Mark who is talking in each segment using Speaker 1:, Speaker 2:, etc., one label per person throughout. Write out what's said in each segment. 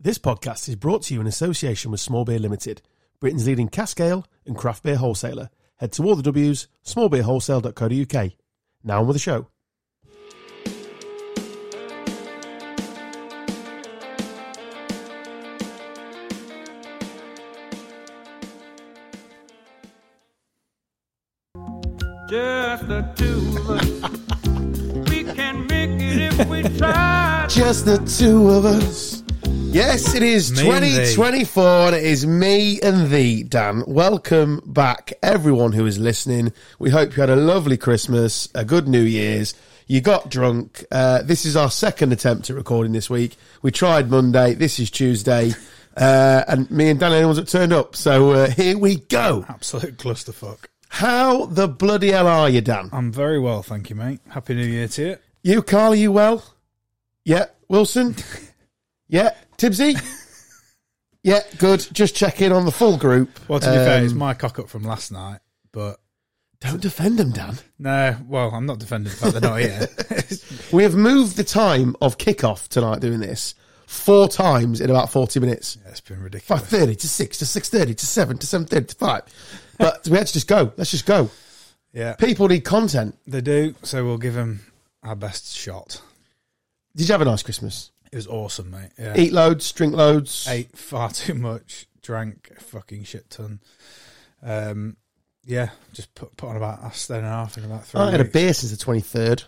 Speaker 1: This podcast is brought to you in association with Small Beer Limited, Britain's leading cask ale and craft beer wholesaler. Head to all the W's, smallbeerwholesale.co.uk. Now on with the show.
Speaker 2: Just the two of us. we can make it if we try.
Speaker 3: Just the two of us. Yes, it is
Speaker 4: Me and thee.
Speaker 3: 2024, and it is me and thee, Dan. Welcome back, everyone who is listening. We hope you had a lovely Christmas, a good New Year's. You got drunk. Uh, this is our second attempt at recording this week. We tried Monday, this is Tuesday, uh, and me and Dan are the only ones that turned up. So uh, here we go.
Speaker 4: Absolute clusterfuck.
Speaker 3: How the bloody hell are you, Dan?
Speaker 4: I'm very well, thank you, mate. Happy New Year to you.
Speaker 3: You, Carl, are you well? Yeah. Wilson? Yeah. Tibbsy? yeah, good. Just check in on the full group.
Speaker 4: Well, to be fair, it's
Speaker 3: Um,
Speaker 4: my cock up from last night, but
Speaker 3: Don't defend them, Dan.
Speaker 4: no, well, I'm not defending the fact they're not here.
Speaker 3: We have moved the time of kickoff tonight doing this four times in about 40 minutes.
Speaker 4: it's been
Speaker 3: Five
Speaker 4: ridiculous.
Speaker 3: thirty to 6 to 6.30 to 7 to 7.30 to 5. But we had to just go. Let's just go.
Speaker 4: Yeah,
Speaker 3: People need content.
Speaker 4: they do, so we'll give them our best shot.
Speaker 3: Did you have a nice Christmas?
Speaker 4: It was awesome, mate. Yeah.
Speaker 3: Eat loads, drink loads.
Speaker 4: Ate far too much, drank a fucking shit ton. Um, yeah, just put, put on about a stone and a half in about three.
Speaker 3: I had a
Speaker 4: weeks.
Speaker 3: beer since the 23rd.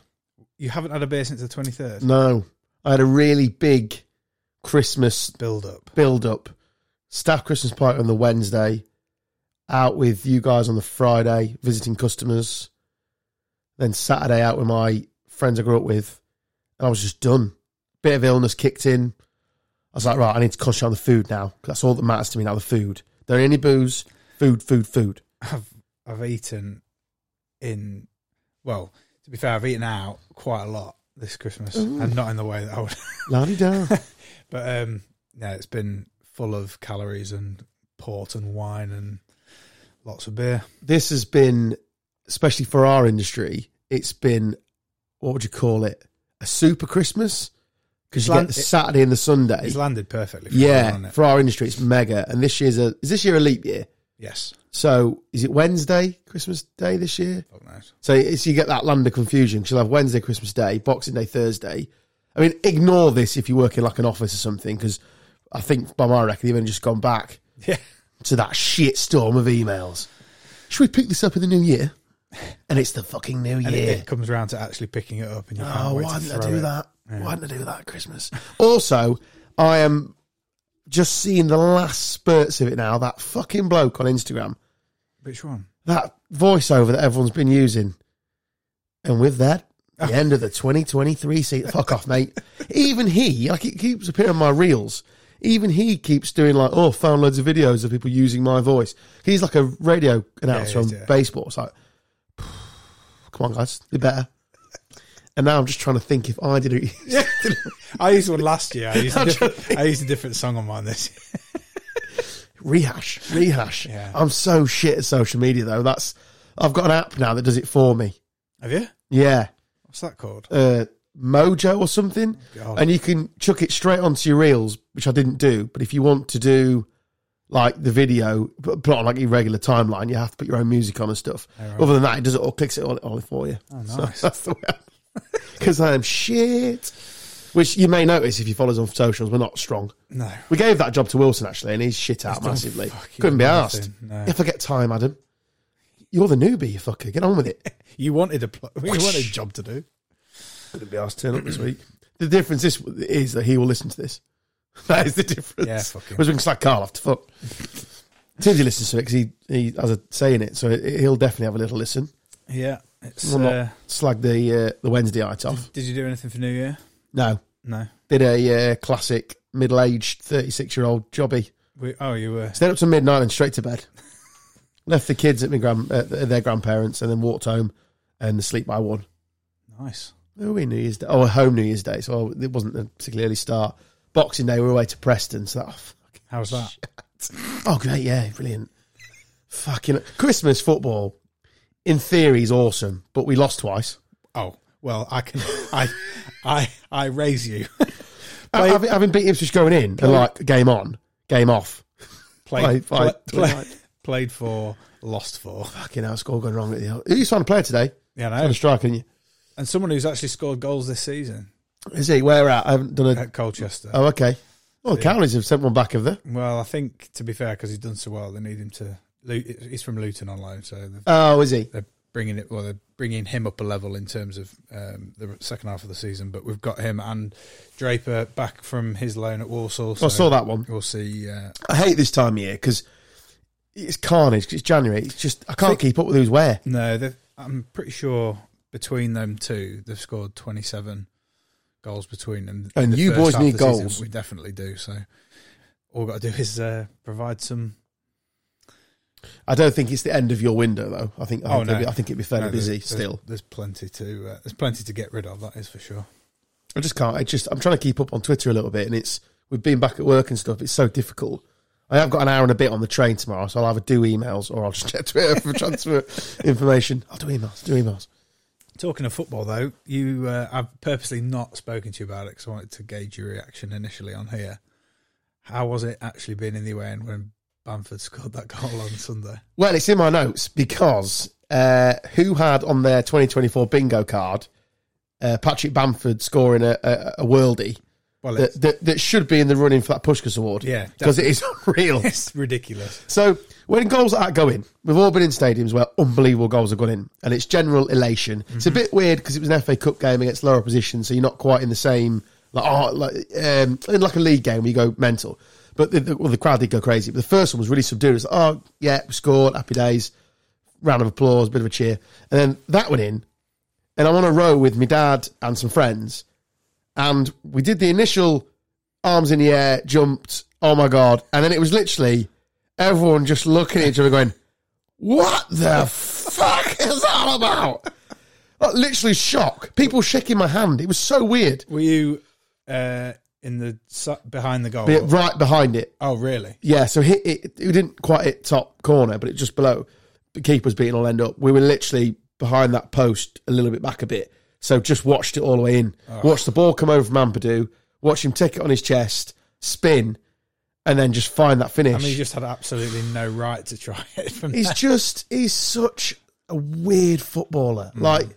Speaker 4: You haven't had a beer since the 23rd?
Speaker 3: No. I had a really big Christmas
Speaker 4: Build up.
Speaker 3: build up, staff Christmas party on the Wednesday, out with you guys on the Friday, visiting customers, then Saturday out with my friends I grew up with, and I was just done. Bit of illness kicked in. I was like, right, I need to concentrate on the food now 'cause that's all that matters to me now. The food. There ain't any booze. Food, food, food.
Speaker 4: I've I've eaten in well, to be fair, I've eaten out quite a lot this Christmas, and not in the way that I would.
Speaker 3: La di da.
Speaker 4: But um, yeah, it's been full of calories and port and wine and lots of beer.
Speaker 3: this has been, especially for our industry, it's been what would you call it? A super Christmas because you
Speaker 4: It's lan-
Speaker 3: get the Saturday and the Sunday.
Speaker 4: It's landed perfectly. For
Speaker 3: Yeah,
Speaker 4: everyone, hasn't it?
Speaker 3: for our industry, it's mega. And this year's a is this year a leap year?
Speaker 4: yes.
Speaker 3: So is it Wednesday, Christmas Day this year?
Speaker 4: Fuck knows.
Speaker 3: So it's you get that land of confusion because you'll have Wednesday, Christmas Day, Boxing Day, Thursday. I mean, ignore this if you work in like an office or something because I think by my record they've only just gone back
Speaker 4: Yeah.
Speaker 3: to that shit storm of emails. Should we pick this up in the new year? And it's the fucking new
Speaker 4: And
Speaker 3: year.
Speaker 4: it, it comes around to actually picking it up, and you can't
Speaker 3: Oh,
Speaker 4: wait
Speaker 3: why
Speaker 4: to
Speaker 3: didn't I
Speaker 4: throw
Speaker 3: do
Speaker 4: it.
Speaker 3: that? Why didn't I do that at Christmas? also, I am just seeing the last spurts of it now. That fucking bloke on Instagram,
Speaker 4: Which one?
Speaker 3: that voiceover that everyone's been using. And with that, the end of the 2023 season. Fuck off, mate. Even he, like it keeps appearing on my reels. Even he keeps doing like, oh, found loads of videos of people using my voice. He's like a radio announcer
Speaker 4: Yeah, he
Speaker 3: on
Speaker 4: is, yeah.
Speaker 3: baseball. It's like, come on, guys, do better. And now I'm just trying to think if I did it.
Speaker 4: I used one last year. I used, a different, I used a different song on mine this. year.
Speaker 3: rehash, rehash.
Speaker 4: Yeah.
Speaker 3: I'm so shit at social media though. That's I've got an app now that does it for me.
Speaker 4: Have you?
Speaker 3: Yeah,
Speaker 4: What's that called?
Speaker 3: uh, Mojo or something,
Speaker 4: God.
Speaker 3: and you can chuck it straight onto your reels, which I didn't do. But if you want to do like the video, but put it on like your regular timeline, you have to put your own music on and stuff. Other than that, it does it all, clicks it all, all for you. Oh,
Speaker 4: nice.
Speaker 3: that's the way. Because I am shit. Which you may notice if you follow us on socials, we're not strong.
Speaker 4: No.
Speaker 3: We gave that job to Wilson actually, and he's shit out
Speaker 4: done
Speaker 3: massively.
Speaker 4: fucking
Speaker 3: Couldn't be asked.
Speaker 4: nothing, no.
Speaker 3: If I get time, Adam, you're the newbie, you fucker. Get on with it.
Speaker 4: You wanted a pl- you wanted a job to do.
Speaker 3: Couldn't be asked to turn up this week. The difference is, is that he will listen to this. That is the difference.
Speaker 4: Yeah, fuck him.
Speaker 3: Whereas we can slack Carl off to fuck. Timsy listens to it because he, he has a say in it, so it- he'll definitely have a little listen.
Speaker 4: Yeah, it's.
Speaker 3: We'll
Speaker 4: Uh,
Speaker 3: not slag the uh, the Wednesday night off.
Speaker 4: did you do anything for New Year?
Speaker 3: No,
Speaker 4: No.
Speaker 3: did a uh, classic middle aged thirty six year old jobby.
Speaker 4: We, oh, you were.
Speaker 3: Stayed up to midnight and straight to bed. Left the kids at my grand, uh, their grandparents and then walked home and sleep by one.
Speaker 4: Nice.
Speaker 3: Where were we New Year's Day? Oh, home New Year's Day, so it wasn't a particularly early start. Boxing Day, we were away to Preston, so that, oh, fuck.
Speaker 4: How's that?
Speaker 3: oh great, yeah, brilliant. Fucking Christmas football, in theory, is awesome, but we lost twice.
Speaker 4: Oh, well, I can. I, I, I raise you.
Speaker 3: Ha- Uh, having, having beat Ipswich going in and like game on, game off. Five,
Speaker 4: Played,
Speaker 3: five,
Speaker 4: play-
Speaker 3: twenty-nine.
Speaker 4: played for, lost for.
Speaker 3: Fucking hell, score gone wrong at the Who you signed a player today?
Speaker 4: Yeah,
Speaker 3: On
Speaker 4: I
Speaker 3: a
Speaker 4: know.
Speaker 3: striker, didn't
Speaker 4: And someone who's actually scored goals this season
Speaker 3: you? Is he? Where at? I haven't done a.
Speaker 4: at Colchester.
Speaker 3: Oh, okay. Oh, the Cowleys have sent one back of there.
Speaker 4: Well, I think to be fair, because he's done so well, they need him to. Lu- He's from Luton on loan, so they're-
Speaker 3: Oh, is he?
Speaker 4: they're bringing it. Well, they're bringing him up a level in terms of um, the second half of the season. But we've got him and Draper back from his loan at Walsall. So
Speaker 3: Oh, I saw that one.
Speaker 4: We'll see. Uh,
Speaker 3: I hate this time of year because it's carnage. 'cause it's January. It's just I can't keep up with who's where.
Speaker 4: no, they've- I'm pretty sure between them two, they've scored 27 goals between them.
Speaker 3: And
Speaker 4: The
Speaker 3: you
Speaker 4: first
Speaker 3: boys
Speaker 4: half of
Speaker 3: need
Speaker 4: the season,
Speaker 3: goals.
Speaker 4: we definitely do. So all we've got to do is uh, provide some
Speaker 3: I don't think it's the end of your window though. I think I,
Speaker 4: Oh,
Speaker 3: think, it'd be-
Speaker 4: no.
Speaker 3: I think it'd be fairly
Speaker 4: No, there's-
Speaker 3: busy
Speaker 4: there's-
Speaker 3: still.
Speaker 4: There's plenty to uh, there's plenty to get rid of. That is for sure.
Speaker 3: I just can't. I just I'm trying to keep up on Twitter a little bit, and it's with being back at work and stuff. It's so difficult. I have got an hour and a bit on the train tomorrow, so I'll either do emails or I'll just check Twitter for transfer information. I'll do emails. Do emails.
Speaker 4: Talking of football, though, you uh, I've purposely not spoken to you about it because I wanted to gauge your reaction initially on here. How was it actually being in the away end when Bamford scored that goal on Sunday?
Speaker 3: Well, it's in my notes because uh, who had on their 2024 bingo card uh, Patrick Bamford scoring a, a, a worldie
Speaker 4: Well,
Speaker 3: that,
Speaker 4: it's,
Speaker 3: that, that should be in the running for that Pushkas award?
Speaker 4: Yeah,
Speaker 3: because it is unreal.
Speaker 4: it's ridiculous.
Speaker 3: So when goals are going, we've all been in stadiums where unbelievable goals have gone in, and it's general elation. It's a bit weird because it was an FA Cup game against lower opposition, so you're not quite in the same like oh like um, in like a league game where you go mental. But the, the, well, the crowd did go crazy. But the first one was really subdued. It was oh yeah, we scored, happy days, round of applause, bit of a cheer, and then that went in, and I'm on a row with my dad and some friends, and we did the initial arms in the air, jumped, oh my god, and then it was literally everyone just looking at each other going, What the fuck is that about? Like, literally shock. People shaking my hand. It was so weird.
Speaker 4: Were you uh, in the su- behind the goal?
Speaker 3: Be- Right behind it.
Speaker 4: oh, really?
Speaker 3: Yeah, so hit it, it didn't quite hit top corner, but it just below. The keeper's beating all end up. We were literally behind that post a little bit back a bit. So just watched it all the way in. Watched the ball come over from Ampadu, watch him take it on his chest, spin, and then just find that finish.
Speaker 4: I mean, you just had absolutely no right to try it from
Speaker 3: He's just he's such a weird footballer. Like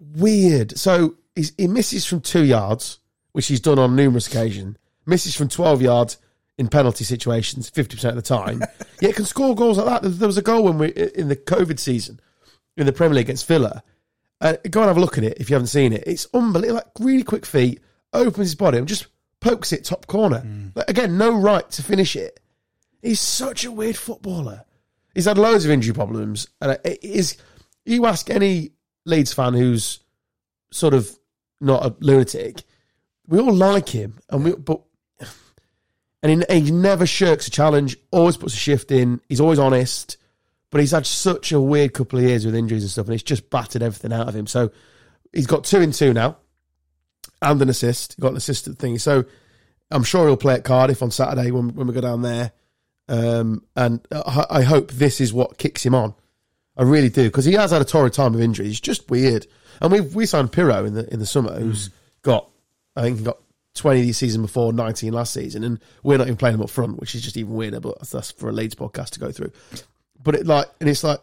Speaker 3: weird. So he's, he misses from two yards, which he's done on numerous occasions. Misses from twelve yards in penalty situations, fifty percent of the time. Yet can score goals like that. There- There was a goal when we in the COVID season in the Premier League against Villa. Uh, go and have a look at it if you haven't seen it. It's unbelievable. Like really quick feet, opens his body and just pokes it top corner. Like, again, no right to finish it. He's such a weird footballer. He's had loads of injury problems, and it is. You ask any Leeds fan who's sort of not a lunatic, we all like him, and we but and he, he never shirks a challenge. Always puts a shift in. He's always honest, but he's had such a weird couple of years with injuries and stuff, and it's just battered everything out of him. So he's got two in two now, and an assist. He got an assist thing. So I'm sure he'll play at Cardiff on Saturday when when we go down there. Um, and I, I hope this is what kicks him on. I really do because he has had a torrid time of injuries. It's just weird. And we we signed Pirro in the in the summer,
Speaker 4: Mm.
Speaker 3: who's got I think he got twenty the season before, nineteen last season, and we're not even playing him up front, which is just even weirder. But that's for a Leeds podcast to go through. But it like and it's like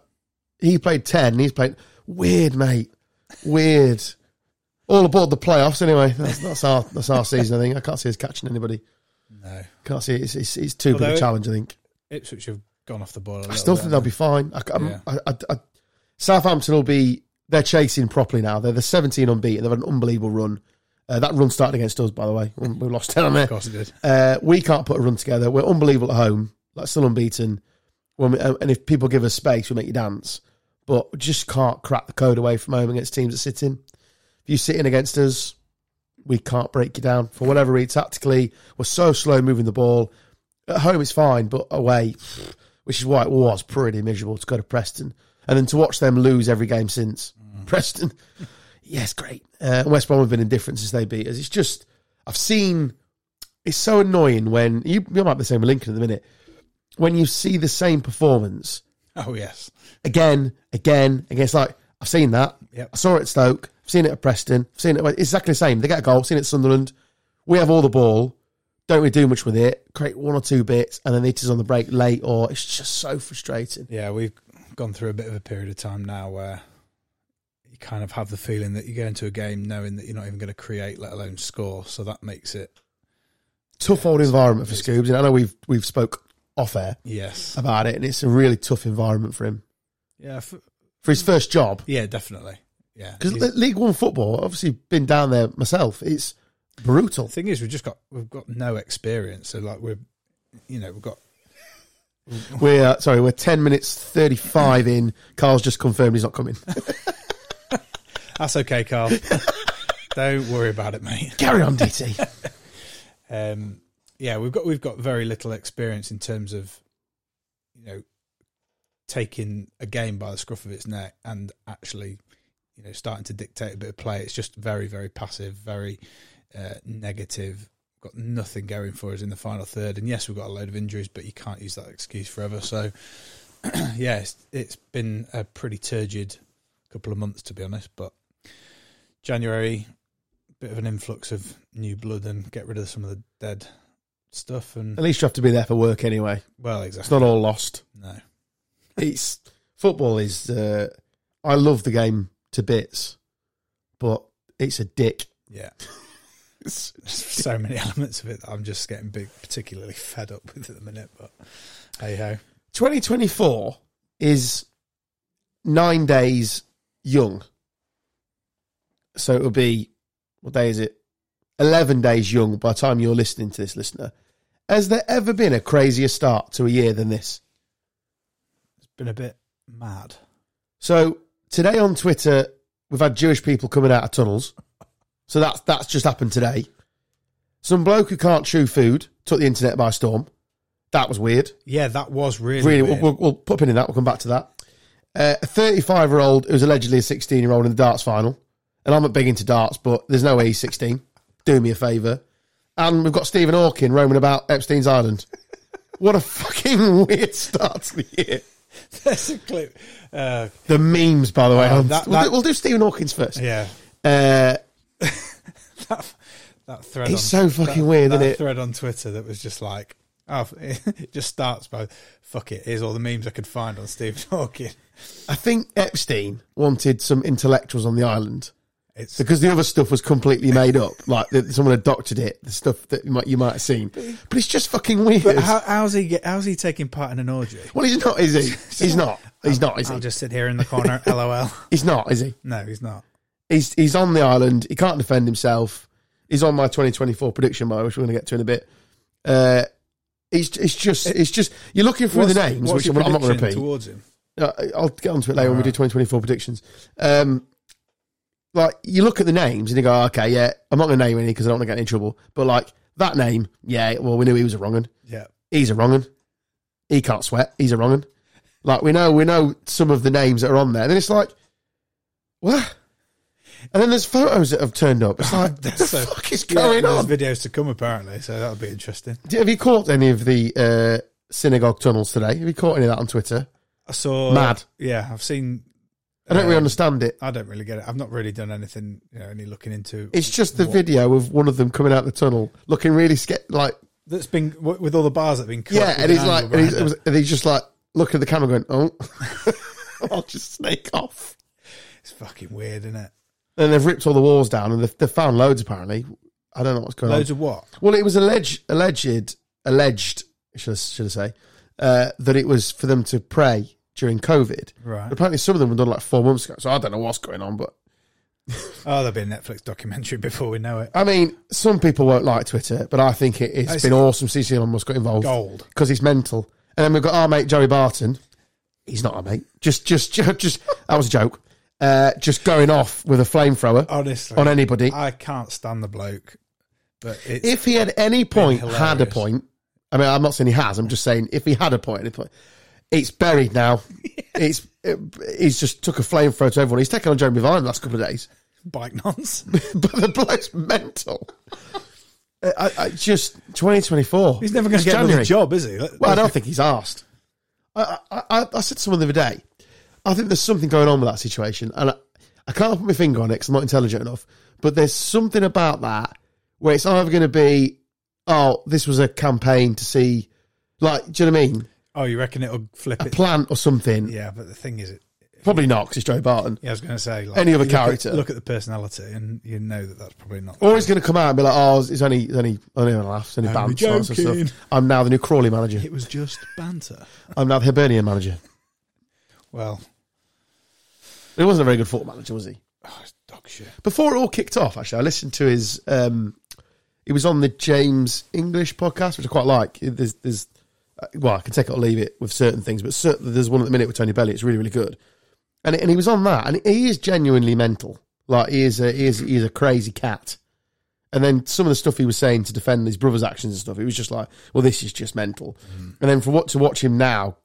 Speaker 3: he played ten, and he's played weird, mate, weird. All aboard the playoffs, anyway. That's, that's our that's our season. I think I can't see us catching anybody.
Speaker 4: no.
Speaker 3: Can't see it. It's, it's, it's too big
Speaker 4: Although
Speaker 3: a
Speaker 4: it-
Speaker 3: challenge. I think.
Speaker 4: Ipswich have gone off the boil. I
Speaker 3: I still think they'll be fine. I, I'm-
Speaker 4: Yeah.
Speaker 3: I- I- I- Southampton will be. They're chasing properly now. They're the 17 unbeaten. They've had an unbelievable run. Uh, that run started against us, by the way. We we lost 10 on
Speaker 4: Of
Speaker 3: there.
Speaker 4: course, it did.
Speaker 3: Uh, we can't put a run together. We're unbelievable at home. Like still unbeaten. When we, uh, and if people give us space, we make you dance. But we just can't crack the code away from home against teams that sit in. If you sit in against us, we can't break you down for whatever reason. Tactically, we're so slow moving the ball. At home, it's fine, but away, which is why it was pretty miserable to go to Preston and then to watch them lose every game since Preston. yes, great. Uh, West Brom have been indifferent since they beat us. It's just I've seen. It's so annoying when you, you might be the same with Lincoln in the minute when you see the same performance
Speaker 4: Oh yes.
Speaker 3: again, again, again. It's like I've seen that.
Speaker 4: Yep.
Speaker 3: I saw it at Stoke. I've seen it at Preston. I've seen it. It's exactly the same. They get a goal. Seen it at Sunderland. we have all the ball, don't really do much with it, create one or two bits, and then it is on the break late, or it's just so frustrating.
Speaker 4: Yeah, we've gone through a bit of a period of time now where you kind of have the feeling that you go into a game knowing that you're not even going to create, let alone score. So that makes it
Speaker 3: Tough old environment for Scoobs, and I know we've we've spoke off air
Speaker 4: yes,
Speaker 3: about it, and it's a really tough environment for him
Speaker 4: yeah, f-
Speaker 3: for his first job.
Speaker 4: yeah, definitely, yeah.
Speaker 3: Because
Speaker 4: He's-
Speaker 3: League One football, obviously, been down there myself. It's brutal.
Speaker 4: The thing is, we've just got we've got no experience, so like we're you know we've got
Speaker 3: We're uh, sorry, we're ten minutes thirty-five in. Carl's just confirmed he's not coming.
Speaker 4: that's okay, Carl. Don't worry about it, mate.
Speaker 3: Carry on, DT.
Speaker 4: um, yeah, we've got we've got very little experience in terms of you know taking a game by the scruff of its neck and actually you know starting to dictate a bit of play. It's just very very passive, very uh, negative. Got nothing going for us in the final third, and yes, we've got a load of injuries, but you can't use that excuse forever. So, yeah, it's, it's been a pretty turgid couple of months to be honest. But January, bit of an influx of new blood and get rid of some of the dead stuff. And
Speaker 3: At least you have to be there for work anyway.
Speaker 4: well,
Speaker 3: It's
Speaker 4: exactly.
Speaker 3: not all lost.
Speaker 4: No,
Speaker 3: It's football is. Uh, I love the game to bits, but it's a dick.
Speaker 4: yeah. so many elements of it that I'm just getting big, particularly fed up with at the minute. But hey ho,
Speaker 3: Twenty twenty-four is nine days young, so it'll be what day is it? Eleven days young by the time you're listening to this, listener. Has there ever been a crazier start to a year than this?
Speaker 4: it's been a bit mad.
Speaker 3: So today on Twitter, we've had Jewish people coming out of tunnels. So that's that's just happened today. Some bloke who can't chew food took the internet by storm. That was weird.
Speaker 4: Yeah, that was really,
Speaker 3: Really, we'll,
Speaker 4: weird.
Speaker 3: we'll, we'll put a pin in that. We'll come back to that. Uh, a 35 year old who's allegedly a 16 year old in the darts final. And I'm not big into darts, but there's no way he's 16. Do me a favour. And we've got Stephen Hawking roaming about Epstein's Island. What a fucking weird start to the year.
Speaker 4: There's a clip. Uh,
Speaker 3: The memes, by the way.
Speaker 4: Oh,
Speaker 3: on-
Speaker 4: that-
Speaker 3: we'll, do,
Speaker 4: that-
Speaker 3: we'll do Stephen Hawking's first.
Speaker 4: yeah,
Speaker 3: Uh,
Speaker 4: that, that thread.
Speaker 3: It's
Speaker 4: on,
Speaker 3: so fucking weird,
Speaker 4: that
Speaker 3: isn't it?
Speaker 4: Thread on Twitter that was just like, oh, it just starts by, fuck it. Here's all the memes I could find on Steve Hawking.
Speaker 3: I think Epstein wanted some intellectuals on the island
Speaker 4: It's
Speaker 3: because the other stuff was completely made up. Like that someone had doctored it, the stuff that you might, you might have seen. But it's just fucking weird.
Speaker 4: But how, how's he get, how's he taking part in an orgy?
Speaker 3: well, he's not, is he? He's not. He's not, is
Speaker 4: I'll
Speaker 3: he?
Speaker 4: just sit here in the corner, lol.
Speaker 3: He's not, is he?
Speaker 4: No, he's not.
Speaker 3: He's he's on the island. He can't defend himself. He's on my 2024 prediction, by which we're going to get to in a bit. Uh, it's it's just it's just you're looking through the
Speaker 4: What's-
Speaker 3: names,
Speaker 4: what's
Speaker 3: which I'm
Speaker 4: your
Speaker 3: not going to
Speaker 4: prediction
Speaker 3: repeat.
Speaker 4: Towards him,
Speaker 3: Uh, I'll get onto it later when we do 2024 predictions. Um, like you look at the names and you go, "Oh, okay, yeah, I'm not going to name any because I don't want to get in trouble. But like that name, yeah, well, we knew he was a wrong one.
Speaker 4: yeah.
Speaker 3: He's a wrong one. He can't sweat. He's a wrong one. Like we know, we know some of the names that are on there. And then it's like, what? And then there's photos that have turned up. It's like, what the
Speaker 4: so-
Speaker 3: fuck is
Speaker 4: Yeah,
Speaker 3: going
Speaker 4: there's
Speaker 3: on?
Speaker 4: videos to come apparently, so that'll be interesting.
Speaker 3: Have you caught any of the uh, synagogue tunnels today? Have you caught any of that on Twitter?
Speaker 4: I saw
Speaker 3: Mad.
Speaker 4: Yeah, I've seen.
Speaker 3: I don't really
Speaker 4: um,
Speaker 3: understand it.
Speaker 4: I don't really get it. I've not really done anything, you know, any looking into.
Speaker 3: It's just the
Speaker 4: what-
Speaker 3: video of one of them coming out the tunnel, looking really scared. Like,
Speaker 4: that's been wi- with all the bars that have been cut.
Speaker 3: yeah,
Speaker 4: with
Speaker 3: and
Speaker 4: an
Speaker 3: he's like,
Speaker 4: angle
Speaker 3: and he's,
Speaker 4: behind it.
Speaker 3: and he's just like looking at the camera, going, "Oh, I'll just snake off."
Speaker 4: it's fucking weird, isn't it?
Speaker 3: And they've ripped all the walls down, and they've, they've found loads. Apparently, I don't know what's going
Speaker 4: Loads
Speaker 3: on.
Speaker 4: of what?
Speaker 3: well, it was alleged, alleged, alleged. Should I, should I say uh, that it was for them to pray during COVID?
Speaker 4: Right.
Speaker 3: Apparently, some of them were done like four months ago, so I don't know what's going on. But
Speaker 4: Oh, there'll be a Netflix documentary before we know it.
Speaker 3: I mean, some people won't like Twitter, but I think it, it's
Speaker 4: It's-
Speaker 3: been awesome seeing Elon Musk got involved.
Speaker 4: Gold.
Speaker 3: because he's mental. And then we've got our mate Joey Barton. He's not our mate. Just, just, just. just that was a joke. Uh, just going off with a flamethrower
Speaker 4: Honestly,
Speaker 3: on anybody.
Speaker 4: I can't stand the bloke. But it's,
Speaker 3: if he had any point,
Speaker 4: hilarious.
Speaker 3: had a point. I mean, I'm not saying he has. I'm just saying if he had a point, any point it's buried now. It's it, he's just took a flamethrower to everyone. He's taken on Jeremy Vine the last couple of days,
Speaker 4: bike nonsense.
Speaker 3: but the bloke's mental. I, I, I just 2024.
Speaker 4: He's never going
Speaker 3: It's
Speaker 4: to get another
Speaker 3: January.
Speaker 4: job, is he?
Speaker 3: Well,
Speaker 4: Let-
Speaker 3: I
Speaker 4: let's
Speaker 3: don't think he's asked. I, I, I, I said to someone the other day, I think there's something going on with that situation, and I, I can't put my finger on it because I'm not intelligent enough. But there's something about that where it's either going to be, oh, this was a campaign to see, like, do you know what I mean?
Speaker 4: Oh, you reckon it'll flip
Speaker 3: A
Speaker 4: it?
Speaker 3: plant or something.
Speaker 4: yeah, but the thing is, it.
Speaker 3: Probably not, because it's Joe Barton.
Speaker 4: Yeah, I was going to say like,
Speaker 3: Any other
Speaker 4: look at-
Speaker 3: character.
Speaker 4: Look at the personality, and you know that that's probably not.
Speaker 3: Or he's going to come out and be like, oh, it's only, it's only, only a laugh, it's only
Speaker 4: Only
Speaker 3: bounce, all that sort of
Speaker 4: joking.
Speaker 3: stuff. I'm now the new Crawley manager.
Speaker 4: It was just banter.
Speaker 3: I'm now the Hibernian manager.
Speaker 4: Well,
Speaker 3: He wasn't a very good football manager, was he?
Speaker 4: oh, it's dog shit.
Speaker 3: Before it all kicked off, actually, I listened to his. Um, he was on the James English podcast, which I quite like. There's, there's, uh, well, I can take it or leave it with certain things, but certainly there's one at the minute with Tony Belly. It's really, really good. And and he was on that, and he is genuinely mental. Like he is, a, he is, he is a crazy cat. And then some of the stuff he was saying to defend his brother's actions and stuff, it was just like, well, this is just mental. And then for what to watch him now,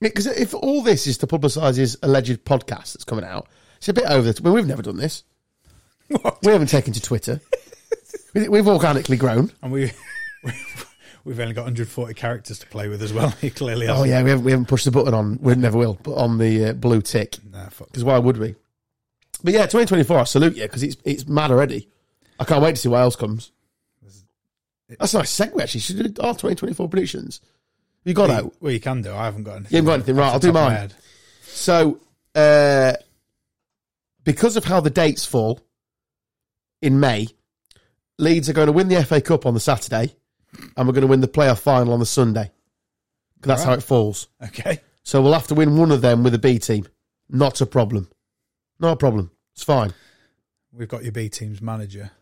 Speaker 3: because if all this is to publicise his alleged podcast that's coming out, it's a bit over. The, well, we've never done this.
Speaker 4: What?
Speaker 3: We haven't taken to Twitter. We- We've organically grown.
Speaker 4: And we, we we've only got 140 characters to play with as well. He clearly has.
Speaker 3: Oh yeah, we haven't, we haven't pushed the button on. We never will, but on the uh, blue tick
Speaker 4: Nah, fuck.
Speaker 3: because why would we? But yeah, 2024. I salute you because it's it's mad already. I can't wait to see what else comes. That's a nice segue. Actually, should we do our 2024 predictions. You got out.
Speaker 4: Well, you can do. I haven't got anything.
Speaker 3: You haven't got anything, right? I'll do
Speaker 4: Top of my
Speaker 3: mine.
Speaker 4: head.
Speaker 3: So, uh, because of how the dates fall in May, Leeds are going to win the FA Cup on the Saturday, and we're going to win the playoff final on the Sunday. 'Cause That's how
Speaker 4: Right.
Speaker 3: it falls.
Speaker 4: Okay.
Speaker 3: So we'll have to win one of them with a B team. Not a problem. Not a problem. It's fine.
Speaker 4: We've got your B team's manager.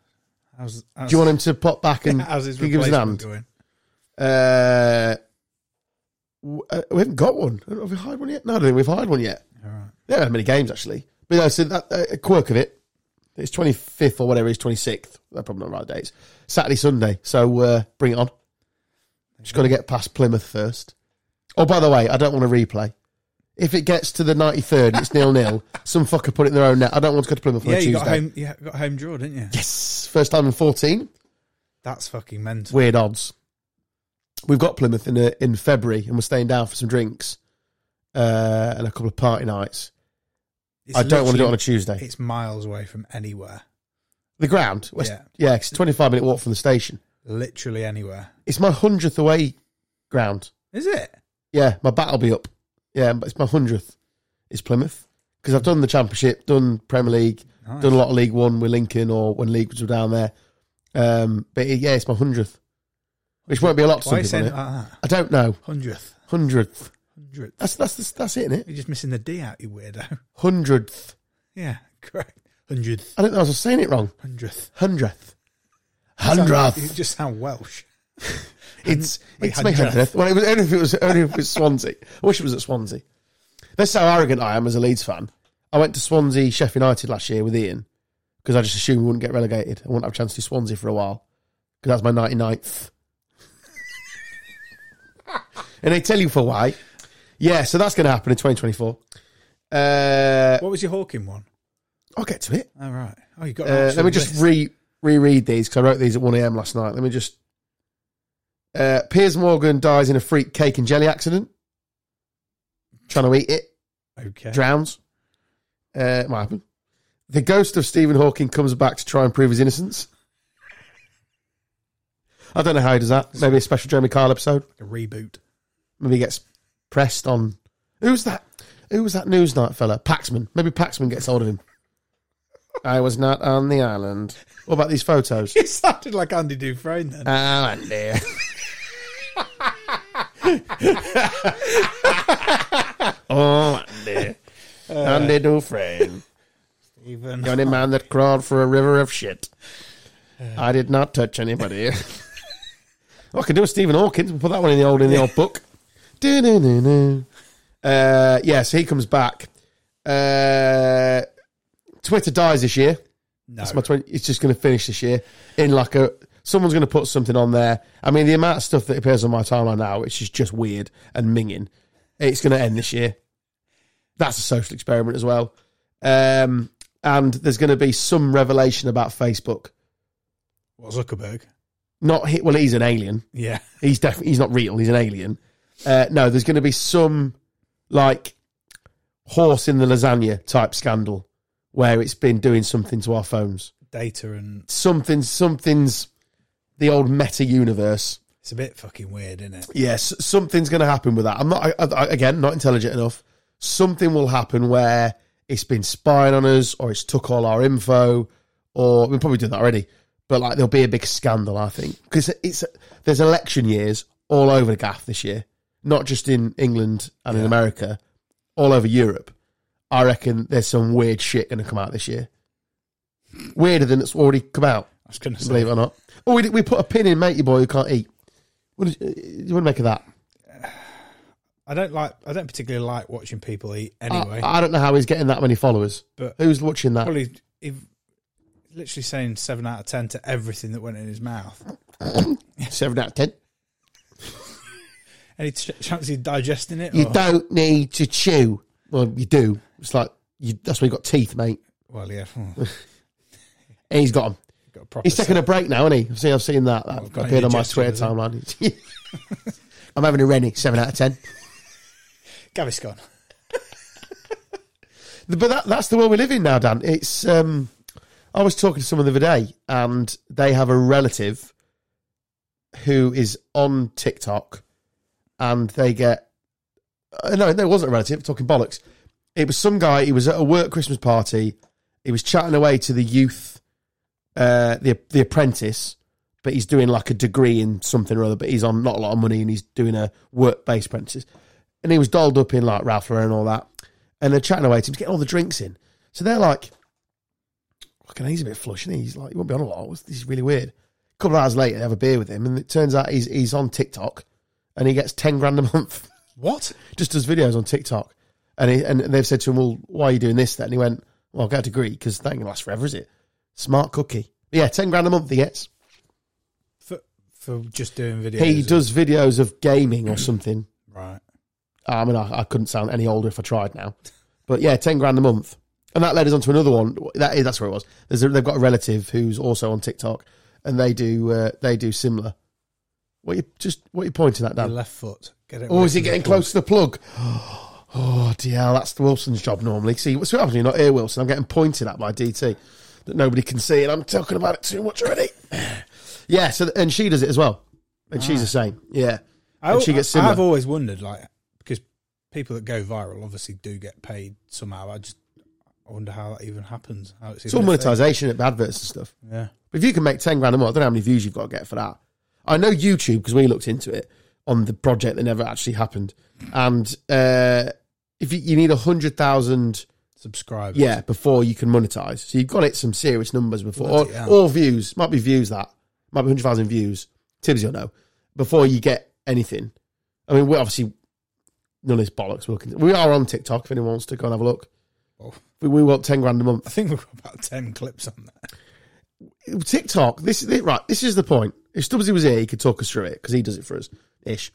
Speaker 4: How's, how's
Speaker 3: Do you want him to pop back and
Speaker 4: how's his
Speaker 3: give us an
Speaker 4: replacement
Speaker 3: hand?
Speaker 4: going?
Speaker 3: Uh, w- uh, we haven't got one. Have we hired one yet? No, I don't think we've hired one yet.
Speaker 4: All right.
Speaker 3: They haven't had many games actually. But yeah, so that uh, a quirk of it, it's twenty fifth or whatever. It's twenty sixth. They're probably not right dates. Saturday, Sunday. So uh, bring it on. Just got to get past Plymouth first. Oh, by the way, I don't want a replay. If it gets to the ninety third, it's nil nil. Some fucker put it in their own net. I don't want to go to Plymouth on
Speaker 4: Yeah,
Speaker 3: a
Speaker 4: you
Speaker 3: Tuesday.
Speaker 4: got home. You got a home draw, didn't you?
Speaker 3: Yes, first time in fourteen.
Speaker 4: That's fucking mental.
Speaker 3: Weird odds. We've got Plymouth in uh in February, and we're staying down for some drinks uh, and a couple of party nights.
Speaker 4: It's
Speaker 3: I don't want to do it on a
Speaker 4: literally-
Speaker 3: Tuesday.
Speaker 4: It's miles away from anywhere.
Speaker 3: The ground? West, yeah.
Speaker 4: Yeah.
Speaker 3: it's a 25 minute walk from the station.
Speaker 4: Literally anywhere.
Speaker 3: It's my 100th away ground.
Speaker 4: Is it?
Speaker 3: Yeah, my bat'll be up. Yeah, but it's my 100th. It's Plymouth. Because I've done the Championship, done Premier League,
Speaker 4: Nice.
Speaker 3: done a lot of League One with Lincoln or when Leagues were down there. Um, but yeah, it's my 100th. Which won't be a lot to
Speaker 4: Why are
Speaker 3: some
Speaker 4: you
Speaker 3: people.
Speaker 4: saying it
Speaker 3: innit?
Speaker 4: like that?
Speaker 3: I don't know.
Speaker 4: Hundredth.
Speaker 3: 100th.
Speaker 4: Hundredth.
Speaker 3: That's that's that's, that's it, isn't it?
Speaker 4: You're just missing the D out, you weirdo.
Speaker 3: 100th.
Speaker 4: Yeah, correct. Hundredth.
Speaker 3: I don't know. I was saying it wrong.
Speaker 4: Hundredth.
Speaker 3: 100th.
Speaker 4: You
Speaker 3: 100th.
Speaker 4: just sound Welsh.
Speaker 3: It's
Speaker 4: Hun-
Speaker 3: it's my
Speaker 4: hundredth.
Speaker 3: hundredth. Well, it was only if it was only if it was Swansea. I wish it was at Swansea. That's how arrogant I am as a Leeds fan. I went to Swansea, Sheffield United last year with Ian because I just assumed we wouldn't get relegated. I wouldn't have a chance to Swansea for a while because that's my 99th. and they tell you for why. Yeah, so that's going to happen in 2024. Uh,
Speaker 4: What was your Hawking one?
Speaker 3: I'll get to it.
Speaker 4: Oh, right. Oh, you got. an
Speaker 3: Uh,
Speaker 4: actual
Speaker 3: let me just
Speaker 4: list.
Speaker 3: re reread these because I wrote these at 1am last night. Let me just. Uh, Piers Morgan dies in a freak cake and jelly accident. Trying to eat it,
Speaker 4: okay.
Speaker 3: drowns. Uh, might happen. The ghost of Stephen Hawking comes back to try and prove his innocence. I don't know how he does that. Maybe a special Jeremy Kyle episode.
Speaker 4: a reboot.
Speaker 3: Maybe he gets pressed on. Who's that? Who was that Newsnight fella? Paxman. Maybe Paxman gets hold of him. I was not on the island. What about these photos?
Speaker 4: It sounded like Andy Dufresne then.
Speaker 3: Oh, Andy. oh, Andy. Andy Dufresne.
Speaker 4: Even
Speaker 3: The only man that crawled for a river of shit. I did not touch anybody. Well, I can do a Stephen Hawkins. We'll put that one in the old in the old book. Do-do-do-do. Uh, yeah, so he comes back. Uh, Twitter dies this year.
Speaker 4: no.
Speaker 3: It's my 20, it's just going to finish this year in like a someone's going to put something on there. I mean, the amount of stuff that appears on my timeline now, which is just weird and minging. It's going to end this year. That's a social experiment as well. Um, and there's going to be some revelation about Facebook.
Speaker 4: What Zuckerberg?
Speaker 3: Not he, well, he's an alien.
Speaker 4: Yeah.
Speaker 3: He's definitely he's not real. He's an alien. Uh, no, there's going to be some like horse in the lasagna type scandal where it's been doing something to our phones.
Speaker 4: data and
Speaker 3: Something's something's the old meta universe.
Speaker 4: it's a bit fucking weird, isn't it?
Speaker 3: Yes, something's going to happen with that. I'm not I, I, again not intelligent enough. Something will happen where it's been spying on us, or it's took all our info, or we've probably done that already. But like, there'll be a big scandal, I think, because it's there's election years all over the gaff this year, not just in England and in America, all over Europe. I reckon there's some weird shit going to come out this year, weirder than it's already come out
Speaker 4: I was gonna
Speaker 3: believe
Speaker 4: say
Speaker 3: it or not. Oh, we, we put a pin in matey boy who can't eat. What did uh, you, what do you make of that?
Speaker 4: I don't like I don't particularly like watching people eat
Speaker 3: Uh,
Speaker 4: anyway.
Speaker 3: I, I don't know how he's getting that many followers.
Speaker 4: But-
Speaker 3: Who's watching that?
Speaker 4: Probably he, literally saying seven out of ten to everything that went in his mouth.
Speaker 3: Seven out of ten.
Speaker 4: Any ch- chance he's digesting it? Oh,
Speaker 3: You
Speaker 4: or-
Speaker 3: don't need to chew. Well, you do. It's like you, that's why you got teeth, mate.
Speaker 4: Well, yeah, hmm,
Speaker 3: And he's got 'em.
Speaker 4: got a proper.
Speaker 3: He's taking
Speaker 4: set.
Speaker 3: a break now, isn't he? I've seen, I've seen that. That
Speaker 4: I've got
Speaker 3: appeared on my
Speaker 4: indigestion,
Speaker 3: Twitter
Speaker 4: is it?
Speaker 3: timeline. I'm having a Rennie. Seven out of ten.
Speaker 4: Gaviscon.
Speaker 3: But that, that's the world we live in now, Dan. It's um, I was talking to someone the other day, and they have a relative who is on TikTok, and they get uh, no, no, it wasn't a relative. Talking bollocks. It was some guy. He was at a work Christmas party. He was chatting away to the youth, uh, the the apprentice, but he's doing like a degree in something or other. But he's on not a lot of money, and he's doing a work based apprentice. And he was dolled up in like Ralph Lauren and all that and they're chatting away to him, he's getting all the drinks in. So they're like, fucking, he's a bit flush, and he? he's like, he won't be on a lot. What's- This is really weird. A couple of hours later, they have a beer with him, and it turns out he's he's on TikTok, and he gets ten grand a month,
Speaker 4: What?
Speaker 3: just does videos on TikTok. And he, and they've said to him, well, why are you doing this? Then and he went, well, I've got a degree because that ain't gonna last forever, is it? Smart cookie. But yeah, ten grand a month he gets.
Speaker 4: For for just doing videos.
Speaker 3: he
Speaker 4: and-
Speaker 3: does videos of gaming or something.
Speaker 4: right.
Speaker 3: I mean, I, I couldn't sound any older if I tried now. But yeah, 10 grand a month. And that led us on to another one. That is, that's where it was. There's a, they've got a relative who's also on TikTok and they do uh, they do similar. What you just what you pointing at,
Speaker 4: Your
Speaker 3: Dan?
Speaker 4: left foot. Get it.
Speaker 3: Oh,
Speaker 4: away
Speaker 3: is he
Speaker 4: from the
Speaker 3: getting
Speaker 4: plug.
Speaker 3: close to the plug? Oh, dear, that's the Wilson's job normally. See, what's happening? You're not here, Wilson. I'm getting pointed at by DT that nobody can see, and I'm talking about it too much already. yeah, so and she does it as well, and she's the same. Yeah,
Speaker 4: I,
Speaker 3: and she gets
Speaker 4: I-
Speaker 3: similar.
Speaker 4: I've always wondered, like, because people that go viral obviously do get paid somehow. I just I wonder how that even happens. How it's,
Speaker 3: it's all
Speaker 4: even a thing.
Speaker 3: monetization at adverts and stuff.
Speaker 4: Yeah.
Speaker 3: But if you can make 10 grand a month, I don't know how many views you've got to get for that. I know YouTube, because we looked into it on the project that never actually happened. And uh, if you, you need 100,000,
Speaker 4: Subscribers.
Speaker 3: yeah, before you can monetize. So you've got it some serious numbers before. Or,
Speaker 4: Bloody hell.
Speaker 3: or views. Might be views that. Might be 100,000 views. Tibbs, you'll know. Before you get anything. I mean, we're obviously, none of this bollocks. We're looking, we are on TikTok if anyone wants to go and have a look.
Speaker 4: Oh.
Speaker 3: We, we want 10 grand a month.
Speaker 4: I think we've got about ten clips on that.
Speaker 3: TikTok. This is right. This is the point. If Stubbsy was here, he could talk us through it because he does it for us. Ish.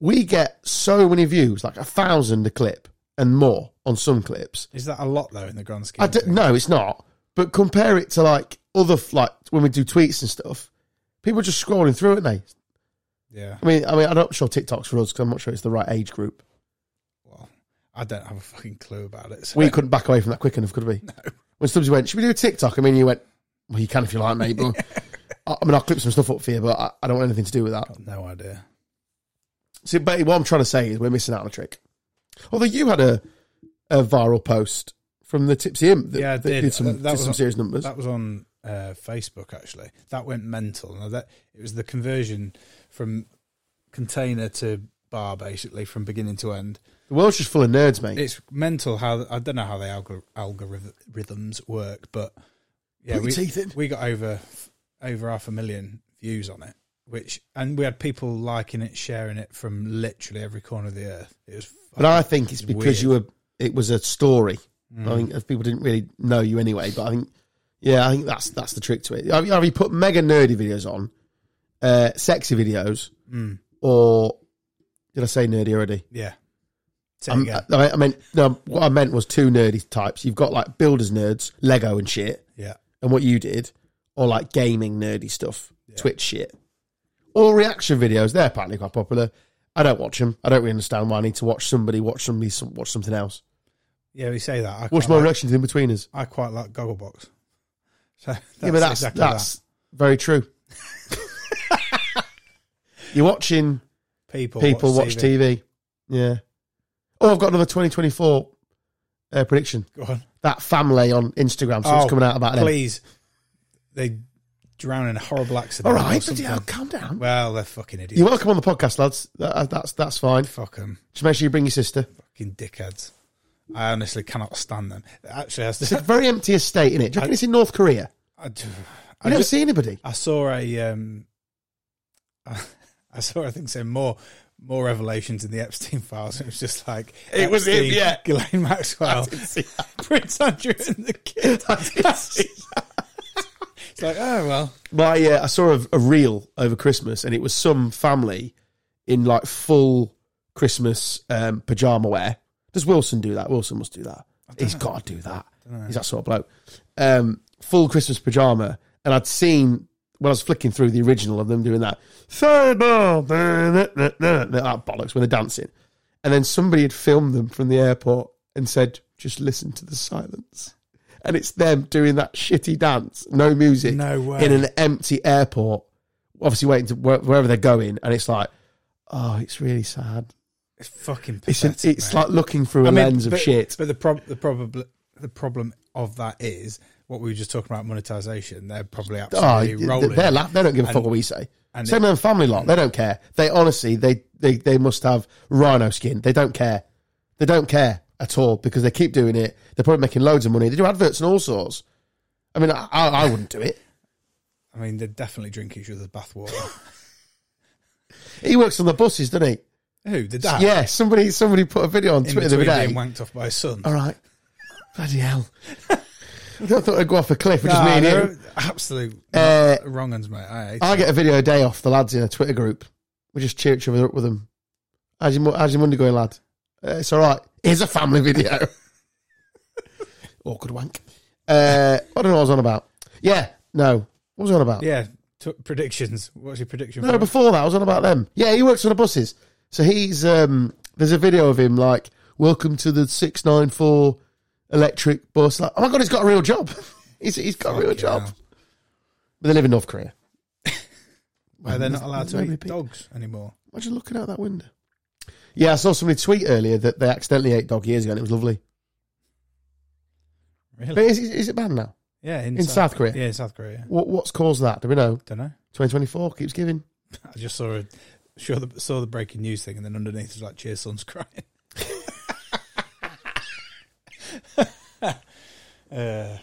Speaker 3: We get so many views, like a thousand a clip and more on some clips.
Speaker 4: Is that a lot though in the grand scheme?
Speaker 3: I
Speaker 4: of
Speaker 3: don't,
Speaker 4: things?
Speaker 3: no, it's not. But compare it to like other f- like when we do tweets and stuff, people are just scrolling through it. They.
Speaker 4: Yeah.
Speaker 3: I mean, I mean, I'm not sure TikTok's for us because I'm not sure it's the right age group.
Speaker 4: Well, I don't have a fucking clue about it. So
Speaker 3: We couldn't back away from that quick enough, could we? No. When Stubbsy went, should we do a TikTok? I mean, you went, well, you can if you like, mate. But I, I mean, I'll clip some stuff up for you, but I, I don't want anything to do with that.
Speaker 4: no idea.
Speaker 3: See, but what I'm trying to say is we're missing out on a trick. Although you had a a viral post from the Tipsy Imp that,
Speaker 4: Yeah, I
Speaker 3: that
Speaker 4: did.
Speaker 3: some,
Speaker 4: That- that
Speaker 3: did
Speaker 4: was
Speaker 3: some
Speaker 4: on-
Speaker 3: serious numbers.
Speaker 4: That was on uh, Facebook actually. That went mental. Now that it was the conversion from container to bar basically from beginning to end.
Speaker 3: the world's just full of nerds, mate.
Speaker 4: It's mental how I don't know how the algor- algorithms work, but yeah,
Speaker 3: Put your
Speaker 4: we
Speaker 3: teeth in.
Speaker 4: we got over over half a million views on it, which and we had people liking it, sharing it from literally every corner of the earth. It was
Speaker 3: but I think it's because
Speaker 4: weird. Mm.
Speaker 3: you were. It was a story. I think if people didn't really know you anyway. But I think, yeah, I think that's that's the trick to it. Have you, have you put mega nerdy videos on, uh, sexy videos,
Speaker 4: Mm.
Speaker 3: or did I say nerdy already?
Speaker 4: yeah. Say
Speaker 3: I'm- uh,
Speaker 4: again.
Speaker 3: I, I meant no. What I meant was two nerdy types. You've got like builders nerds, Lego and shit.
Speaker 4: yeah.
Speaker 3: and what you did, or like gaming nerdy stuff, Twitch shit, or reaction videos. They're apparently quite popular. I don't watch them. I don't really understand why I need to watch somebody watch somebody some, watch something else.
Speaker 4: Yeah, we say that. I
Speaker 3: Watch
Speaker 4: quite
Speaker 3: my
Speaker 4: like-
Speaker 3: reactions in between us.
Speaker 4: I quite like Gogglebox. So
Speaker 3: yeah, but that's
Speaker 4: exactly
Speaker 3: that's very true. You're watching
Speaker 4: that. people
Speaker 3: people watch TV. Yeah. Oh, I've got another 2024 uh, prediction.
Speaker 4: Go on.
Speaker 3: That family on Instagram, so
Speaker 4: Oh,
Speaker 3: it's coming out about them.
Speaker 4: Please, they drown in a horrible accident.
Speaker 3: All
Speaker 4: or
Speaker 3: right,
Speaker 4: something.
Speaker 3: bloody hell, calm down.
Speaker 4: Well, they're fucking idiots.
Speaker 3: You're welcome on the podcast, lads. That, that's that's fine.
Speaker 4: Fuck 'em.
Speaker 3: Just make sure you bring your sister.
Speaker 4: fucking dickheads. I honestly cannot stand them. Actually, I,
Speaker 3: It's a very empty estate, isn't it? Do you reckon it's in North Korea?
Speaker 4: I, do-
Speaker 3: You
Speaker 4: I,
Speaker 3: never
Speaker 4: just-
Speaker 3: see anybody.
Speaker 4: I saw a, um, I, saw I think so more more revelations in the Epstein files. It was just like
Speaker 3: It was him,
Speaker 4: Epstein,
Speaker 3: yeah.
Speaker 4: Ghislaine Maxwell, Prince Andrew, and the kid. it's like oh well,
Speaker 3: My, uh, I saw a, a reel over Christmas, and it was some family in like full Christmas um, pajama wear. Does Wilson do that? Wilson must do that. He's got to do that. He's that sort of bloke. Um, full Christmas pajama, and I'd seen when I was flicking through the original of them doing that. "Say no, no, no, no, no," That bollocks when they're dancing, and then somebody had filmed them from the airport and said, "Just listen to the silence." And it's them doing that shitty dance, no music,
Speaker 4: No way.
Speaker 3: in an empty airport, obviously waiting to where, wherever they're going, and it's like, oh, it's really sad.
Speaker 4: it's fucking.
Speaker 3: It's an,
Speaker 4: Pathetic,
Speaker 3: it's
Speaker 4: mate.
Speaker 3: like looking through a
Speaker 4: I mean,
Speaker 3: lens of
Speaker 4: but,
Speaker 3: shit.
Speaker 4: But the problem, the problem, the problem of that is what we were just talking about monetization. They're probably
Speaker 3: Oh,
Speaker 4: absolutely rolling.
Speaker 3: they're la- they don't give a fuck what we say.
Speaker 4: and
Speaker 3: Same with the family lot. They don't care. They honestly, they, they they must have rhino skin. They don't care. They don't care at all because they keep doing it. They're probably making loads of money. They do adverts and all sorts. I mean, I, I, I wouldn't do it.
Speaker 4: I mean, they definitely drink each other's bathwater.
Speaker 3: He works on the buses, doesn't he?
Speaker 4: Who the dad?
Speaker 3: Yeah. Somebody somebody put a video on
Speaker 4: Ah. in
Speaker 3: Twitter the
Speaker 4: between
Speaker 3: other day.
Speaker 4: being wanked off by his son.
Speaker 3: All right. Bloody hell. I thought I'd go off a cliff, which
Speaker 4: Nah,
Speaker 3: is me and
Speaker 4: they're
Speaker 3: you.
Speaker 4: absolute
Speaker 3: Uh,
Speaker 4: wrong uns, mate. I hate
Speaker 3: I get a video a day off the lads in a Twitter group. We just cheer each other up with them. How's your, mo- how's your Monday going, lad? "Uh, it's all right. Here's a family video. Awkward wank. Uh, I don't know what I was on about. Yeah, no. What was I on about?
Speaker 4: it. Yeah, t- predictions. What's your prediction?
Speaker 3: No,
Speaker 4: for
Speaker 3: before that, I was on about them. Yeah, he works on the buses. So he's um, there's a video of him like, "Welcome to the six nine four electric bus." Like, oh my god, he's got a real job. he's he's got a real
Speaker 4: Fucking
Speaker 3: job.
Speaker 4: hell.
Speaker 3: But they live in North Korea.
Speaker 4: Why they're not allowed to
Speaker 3: Maybe
Speaker 4: eat
Speaker 3: pe-
Speaker 4: dogs anymore?
Speaker 3: Imagine looking out that window. Yeah, I saw somebody tweet earlier that they accidentally ate dog years ago, and it was lovely. But
Speaker 4: Really?
Speaker 3: is, is, is it banned now?
Speaker 4: Yeah, in,
Speaker 3: in South Korea?
Speaker 4: Yeah, in South Korea.
Speaker 3: What what's caused that? Do we know?
Speaker 4: Don't know.
Speaker 3: Twenty twenty four keeps giving.
Speaker 4: I just saw a saw the, saw the breaking news thing, and then underneath was like, "Cheers, son's crying." uh,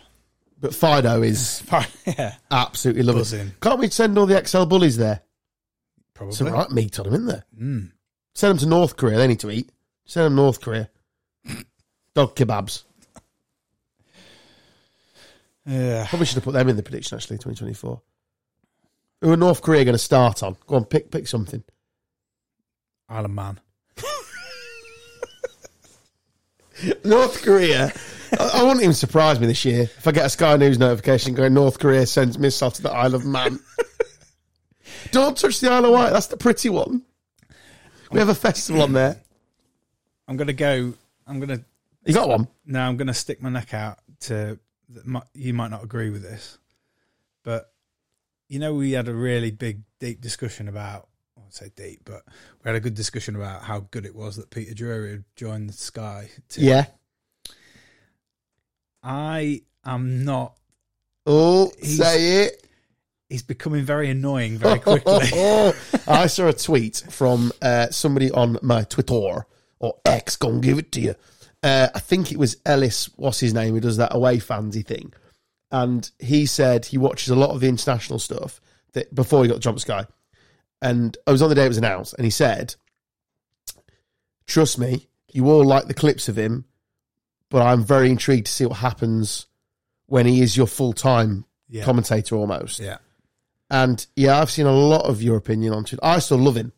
Speaker 3: But Fido is
Speaker 4: yeah,
Speaker 3: absolutely loving. it.
Speaker 4: buzzing
Speaker 3: Can't we send all the XL bullies there?
Speaker 4: probably.
Speaker 3: Some right meat on them, isn't there?
Speaker 4: Mm.
Speaker 3: Send them to North Korea. They need to eat. Send them North Korea. Dog kebabs.
Speaker 4: Yeah,
Speaker 3: Probably should have put them in the prediction actually. Twenty twenty four. Who are North Korea going to start on? Go on, pick pick something.
Speaker 4: Island man.
Speaker 3: North Korea. I, I wouldn't even surprise me this year if I get a Sky News notification going North Korea sends missile to the Isle of Man. Don't touch the Isle of Wight. That's the pretty one. We have a festival on there.
Speaker 4: I'm gonna go. I'm gonna
Speaker 3: You got one?
Speaker 4: now. I'm gonna stick my neck out to. that might- You might not agree with this, but you know we had a really big, deep discussion about. I won't say deep, but we had a good discussion about how good it was that Peter Drury had joined the Sky. Team.
Speaker 3: Yeah.
Speaker 4: I am not.
Speaker 3: Oh,
Speaker 4: He's-
Speaker 3: say it.
Speaker 4: He's becoming very annoying very quickly.
Speaker 3: I saw a tweet from uh, somebody on my Twitter or X. Gonna give it to you. Uh, I think it was Ellis. What's his name? Who does that away fansy thing? And he said he watches a lot of the international stuff that before he got the job at Sky. And I was on the day it was announced, and he said, "Trust me, you all like the clips of him, but I'm very intrigued to see what happens when he is your full time
Speaker 4: Yeah.
Speaker 3: commentator almost."
Speaker 4: yeah,
Speaker 3: And yeah, I've seen a lot of your opinion on Twitter. I still love him.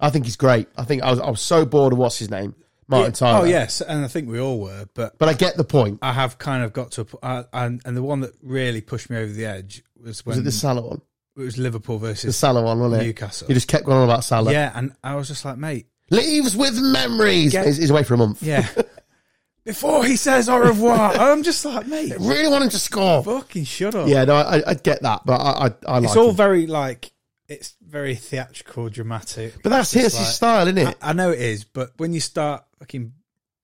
Speaker 3: I think he's great. I think I was I was so bored of what's his name, Martin Tyler.
Speaker 4: Oh yes, and I think we all were, but
Speaker 3: but I get the point.
Speaker 4: I have kind of got to. a po- I, and and the one that really pushed me over the edge was
Speaker 3: Was
Speaker 4: when
Speaker 3: it the Salah one?
Speaker 4: it was Liverpool
Speaker 3: The
Speaker 4: versus
Speaker 3: Salah one, wasn't it?
Speaker 4: Um, Newcastle.
Speaker 3: He just kept going on about Salah.
Speaker 4: Yeah, and I was just like, mate,
Speaker 3: Leaves with memories.
Speaker 4: Get-
Speaker 3: he's, he's away for a month.
Speaker 4: yeah. before he says au revoir. I'm just like, mate,
Speaker 3: Really want him to score.
Speaker 4: fucking shut up.
Speaker 3: Yeah, no, I, I get that, but I, I, I like
Speaker 4: it's all
Speaker 3: him.
Speaker 4: very like it's very theatrical, dramatic.
Speaker 3: But that's
Speaker 4: It's
Speaker 3: his,
Speaker 4: like-
Speaker 3: his style, isn't
Speaker 4: I,
Speaker 3: it?
Speaker 4: I know it is, but when you start fucking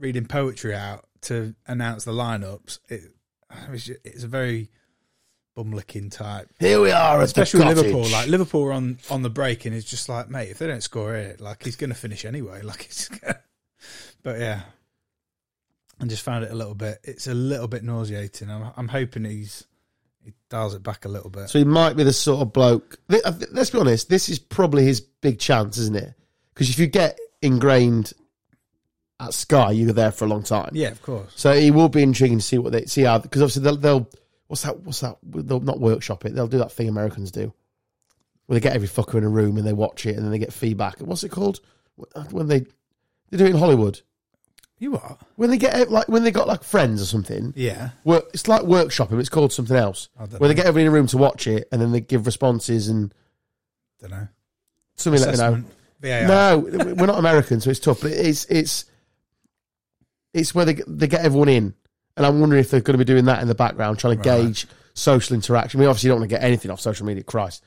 Speaker 4: reading poetry out to announce the lineups, it it's, ju- it's a very bum-licking type.
Speaker 3: Here we are, at
Speaker 4: Especially
Speaker 3: the
Speaker 4: with
Speaker 3: cottage.
Speaker 4: Liverpool, like Liverpool are on on the break, and it's just like, mate, if they don't score it, like he's going to finish anyway. Like it's, but yeah, I just found it a little bit. It's a little bit nauseating. I'm I'm hoping he's he dials it back a little bit.
Speaker 3: So he might be the sort of bloke. th- uh, th- Let's be honest. This is probably his big chance, isn't it? Because if you get ingrained at Sky, you're there for a long time.
Speaker 4: yeah, of course.
Speaker 3: So it will be intriguing to see what they see how because obviously they'll, they'll what's that what's that they'll not workshop it. They'll do that thing Americans do, where they get every fucker in a room and they watch it and then they get feedback. What's it called uh, when they they do it in Hollywood
Speaker 4: You are.
Speaker 3: when they get eh, like when they got like friends or something.
Speaker 4: Yeah.
Speaker 3: Work, it's like workshopping. It's called something else.
Speaker 4: I don't
Speaker 3: Where they
Speaker 4: know.
Speaker 3: get everybody in a room to watch it and then they give responses and
Speaker 4: Don't know.
Speaker 3: somebody let me know.
Speaker 4: VAR.
Speaker 3: No, we're not American, so it's tough. But it's it's it's where they get- they get everyone in, and I'm wondering if they're going to be doing that in the background, trying to
Speaker 4: Right.
Speaker 3: gauge social interaction. We obviously don't want to get anything off social media, Christ,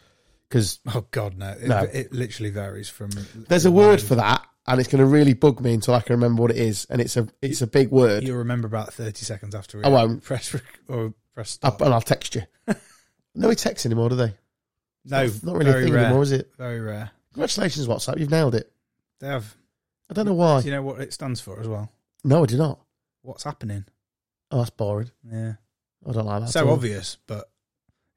Speaker 3: because
Speaker 4: Oh God, no! It,
Speaker 3: No.
Speaker 4: it literally varies from.
Speaker 3: there's a word for that, and it's going to really bug me until I can remember what it is, and it's a it's a big word,
Speaker 4: You'll remember about thirty seconds after. we
Speaker 3: Oh, I won't.
Speaker 4: press rec- or press
Speaker 3: I,
Speaker 4: stop.
Speaker 3: and I'll text you. Nobody texts anymore, do they?
Speaker 4: no,
Speaker 3: It's not really a
Speaker 4: very
Speaker 3: thing
Speaker 4: rare.
Speaker 3: anymore, is it?
Speaker 4: Very rare.
Speaker 3: Congratulations, WhatsApp, you've nailed it.
Speaker 4: They have.
Speaker 3: I don't know why.
Speaker 4: Do you know what it stands for as well?
Speaker 3: No, I do not.
Speaker 4: What's happening?
Speaker 3: Oh, that's boring.
Speaker 4: Yeah,
Speaker 3: I don't like that. at
Speaker 4: so
Speaker 3: all.
Speaker 4: obvious, but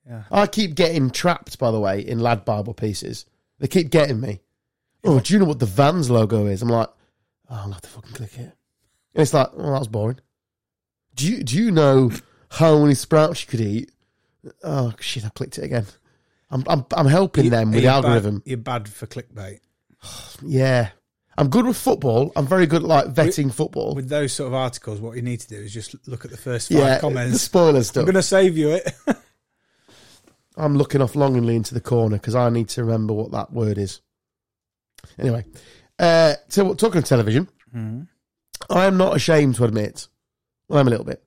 Speaker 4: yeah.
Speaker 3: I keep getting trapped, by the way, in lad Bible pieces. They keep getting me. Oh, do you know what the Vans logo is? I'm like, oh, I'll have to fucking click it. And it's like, oh, that was boring. Do you do you know how many sprouts you could eat? Oh shit, I clicked it again. I'm I'm I'm helping them with the
Speaker 4: You're
Speaker 3: algorithm.
Speaker 4: Bad, you're bad for clickbait.
Speaker 3: Yeah. I'm good with football. I'm very good at like vetting football.
Speaker 4: With those sort of articles, what you need to do is just look at the first five
Speaker 3: yeah, the
Speaker 4: comments.
Speaker 3: spoiler
Speaker 4: I'm
Speaker 3: stuff.
Speaker 4: going to save you it.
Speaker 3: I'm looking off longingly into the corner because I need to remember what that word is. Anyway, uh, so we're talking of television, I am not ashamed to admit, well, I'm a little bit.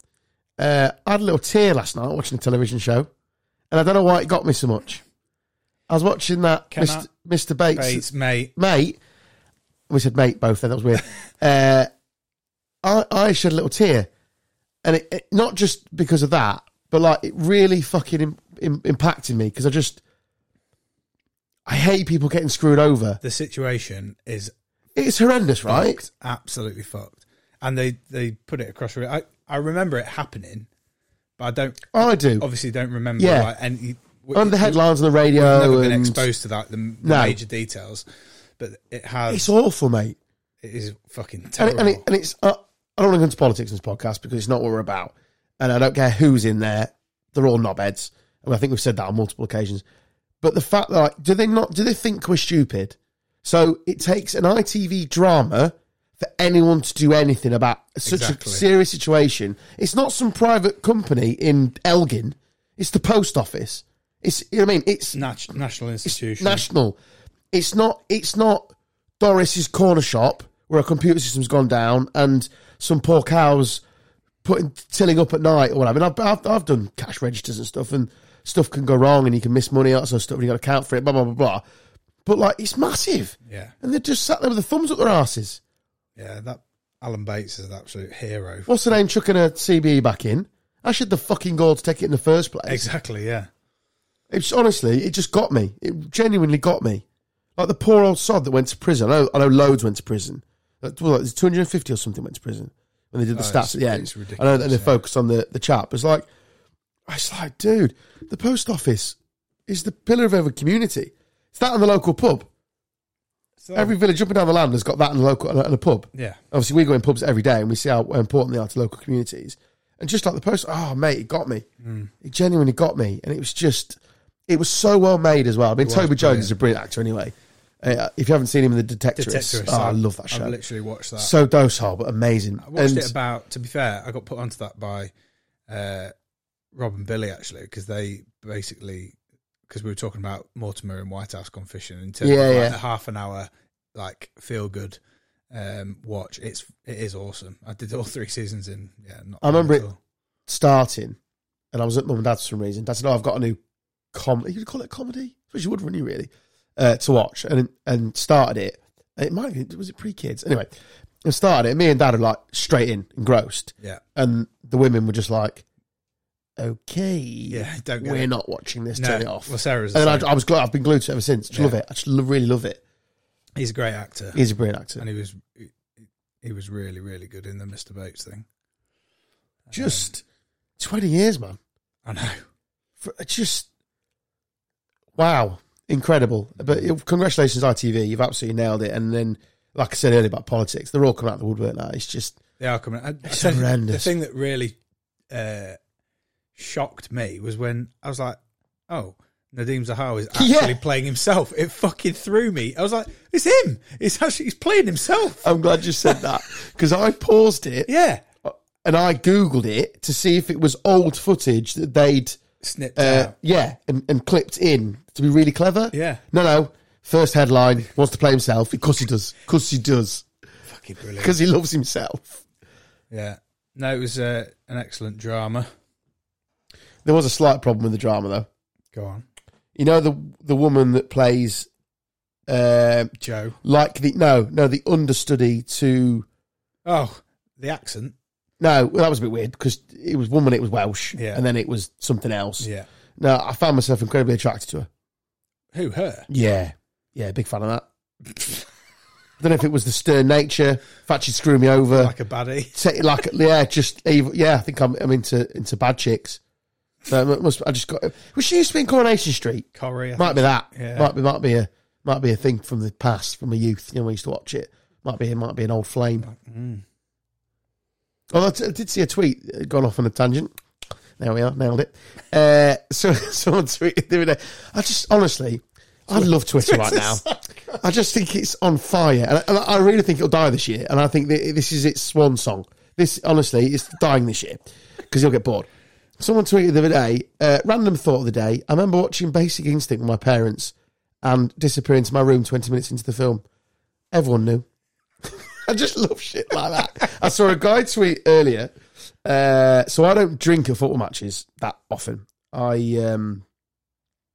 Speaker 3: Uh, I had a little tear last night watching a television show, and I don't know why it got me so much. I was watching that
Speaker 4: Can
Speaker 3: Mr. Mr. Bates,
Speaker 4: Bates, mate.
Speaker 3: mate. We said mate both then. That was weird. uh, I I shed a little tear, and it, it- not just because of that, but like it really fucking im, im, impacted me because I just I hate people getting screwed over.
Speaker 4: The situation is
Speaker 3: It's horrendous, right?
Speaker 4: fucked, absolutely fucked. And they they put it across. re- I I remember it happening, but I don't
Speaker 3: I do.
Speaker 4: obviously don't remember.
Speaker 3: Yeah.
Speaker 4: like, any.
Speaker 3: On the
Speaker 4: headline,
Speaker 3: headlines on the
Speaker 4: I've
Speaker 3: radio,
Speaker 4: never been
Speaker 3: and
Speaker 4: exposed to that the, the
Speaker 3: No.
Speaker 4: major details, but it has.
Speaker 3: it's awful, mate.
Speaker 4: it is fucking
Speaker 3: And, it,
Speaker 4: terrible.
Speaker 3: and, it, and it's uh, I don't want to go into politics in this podcast because it's not what we're about, and I don't care who's in there. They're all knobheads, and I think we've said that on multiple occasions. But the fact that like, do they not do they think we're stupid? So it takes an ITV drama for anyone to do anything about such
Speaker 4: Exactly.
Speaker 3: a serious situation. It's not some private company in Elgin. It's the post office. It's you know what I mean. It's
Speaker 4: Nat- national institution.
Speaker 3: national. It's not. It's not Doris's corner shop where a computer system's gone down and some poor cows putting tilling up at night or whatever. And I've, I've, I've done cash registers and stuff, and stuff can go wrong, and you can miss money, all that sort of stuff, and you got to account for it. Blah blah blah blah. But like, it's massive,
Speaker 4: yeah,
Speaker 3: and they're just sat there with their thumbs up their asses.
Speaker 4: yeah. That Alan Bates is an absolute hero.
Speaker 3: What's the name? Chucking a CBE back in. I should the fucking goal to take it in the first place.
Speaker 4: Exactly. Yeah.
Speaker 3: It's honestly, it just got me. It genuinely got me. Like the poor old sod that went to prison. I know, I know loads went to prison. Like, well, there's 250 or something went to prison when they did the
Speaker 4: Oh,
Speaker 3: stats
Speaker 4: it's-
Speaker 3: at the end.
Speaker 4: it's
Speaker 3: I know,
Speaker 4: ridiculous,
Speaker 3: and they
Speaker 4: yeah.
Speaker 3: focused on the the chap. It's like, it's like, dude, the post office is the pillar of every community. It's that and the local pub.
Speaker 4: So,
Speaker 3: Every village up and down the land has got that and a local and a- and a pub
Speaker 4: yeah.
Speaker 3: obviously we go in pubs every day and we see how important they are to local communities. And just like the post, oh mate, it got me.
Speaker 4: Mm.
Speaker 3: It genuinely got me, and it was just, it was so well made as well. I mean,
Speaker 4: was
Speaker 3: Toby Jones
Speaker 4: brilliant.
Speaker 3: is a brilliant actor anyway. Uh, if you haven't seen him in The Detectorist,
Speaker 4: Detectorist.
Speaker 3: oh, I
Speaker 4: I've-
Speaker 3: love that show.
Speaker 4: I've literally watched that.
Speaker 3: so docile but amazing.
Speaker 4: I watched
Speaker 3: and
Speaker 4: it about. To be fair, I got put onto that by uh, Rob and Billy actually because they basically because we were talking about Mortimer and White House Gone Fishing in terms
Speaker 3: Yeah,
Speaker 4: of like
Speaker 3: yeah.
Speaker 4: a half an hour like feel good um, watch. It's it is awesome. I did all three seasons in. Yeah, not
Speaker 3: I remember
Speaker 4: bad at
Speaker 3: it-
Speaker 4: all.
Speaker 3: starting, and I was at mum and dad's for some reason. Dad said, "Oh, I've got a new comedy. You could call it a comedy. I suppose you would, wouldn't you? Really, uh, to watch and and started it. And It might have been, was it pre kids anyway. And started it. Me and dad are like straight in, engrossed,
Speaker 4: Yeah,
Speaker 3: and the women were just like, "Okay,
Speaker 4: yeah. I Don't get
Speaker 3: we're
Speaker 4: it.
Speaker 3: not watching this.
Speaker 4: No.
Speaker 3: Turn it off."
Speaker 4: Well, Sarah's. the
Speaker 3: and then
Speaker 4: same.
Speaker 3: I, I was glad. I've been glued to it ever since. Just
Speaker 4: Yeah.
Speaker 3: love it. I just lo- really love it.
Speaker 4: He's a great actor,
Speaker 3: He's a brilliant actor.
Speaker 4: and he was he, he was really really good in the Mr. Bates thing.
Speaker 3: Just twenty years, man.
Speaker 4: I know.
Speaker 3: for, it's just wow, incredible. But it- congratulations, ITV, you've absolutely nailed it. And then, like I said earlier about politics, they're all coming out of the woodwork now. It's just
Speaker 4: They are coming. I, I
Speaker 3: It's
Speaker 4: tell you, The
Speaker 3: horrendous.
Speaker 4: thing that really uh, shocked me was when I was like, "Oh, Nadeem Zahar is actually
Speaker 3: Yeah.
Speaker 4: playing himself." It fucking threw me. I was like, "It's him. It's actually he's playing himself."
Speaker 3: I'm glad you said that because I paused it
Speaker 4: Yeah,
Speaker 3: and I googled it to see if it was old footage that they'd
Speaker 4: snipped
Speaker 3: uh,
Speaker 4: out.
Speaker 3: yeah and, and clipped in to be really clever.
Speaker 4: Yeah.
Speaker 3: no, no. First headline wants to play himself. Of course he does. Of course he does.
Speaker 4: Fucking brilliant.
Speaker 3: Because he loves himself.
Speaker 4: Yeah. No, it was uh, an excellent drama.
Speaker 3: There was a slight problem with the drama though.
Speaker 4: Go on,
Speaker 3: You know the the woman that plays um,
Speaker 4: Joe.
Speaker 3: like the no no the understudy to
Speaker 4: Oh, the accent.
Speaker 3: no well, that was a bit weird because it was one minute it was Welsh
Speaker 4: Yeah.
Speaker 3: and then it was something else.
Speaker 4: Yeah.
Speaker 3: No, I found myself incredibly attracted to her.
Speaker 4: Who her?
Speaker 3: Yeah, yeah, big fan of that. I don't know if it was the stern nature, fact she'd screw me over, like,
Speaker 4: Like a baddie.
Speaker 3: like yeah, just evil. Yeah, I think I'm, I'm into into bad chicks. So it must I just got? Was she used to be in Coronation Street?
Speaker 4: Corrie. I
Speaker 3: Might be that.
Speaker 4: Yeah.
Speaker 3: Might be might be a might be a thing from the past, from a youth. You know, we used to watch it. Might be might be an old flame. Although I t- I did see a tweet uh, gone off on a tangent. There we are, nailed it. Uh, so someone tweeted the other day. I just honestly, I love Twitter right now. I just think it's on fire, and I, and I really think it'll die this year. And I think that this is its swan song. This honestly, it's dying this year because you'll get bored. Someone tweeted the other day, uh, random thought of the day. I remember watching Basic Instinct with my parents and disappear into my room 20 minutes into the film. Everyone knew. I just love shit like that. I saw a guy tweet earlier. Uh, so I don't drink at football matches that often. I um,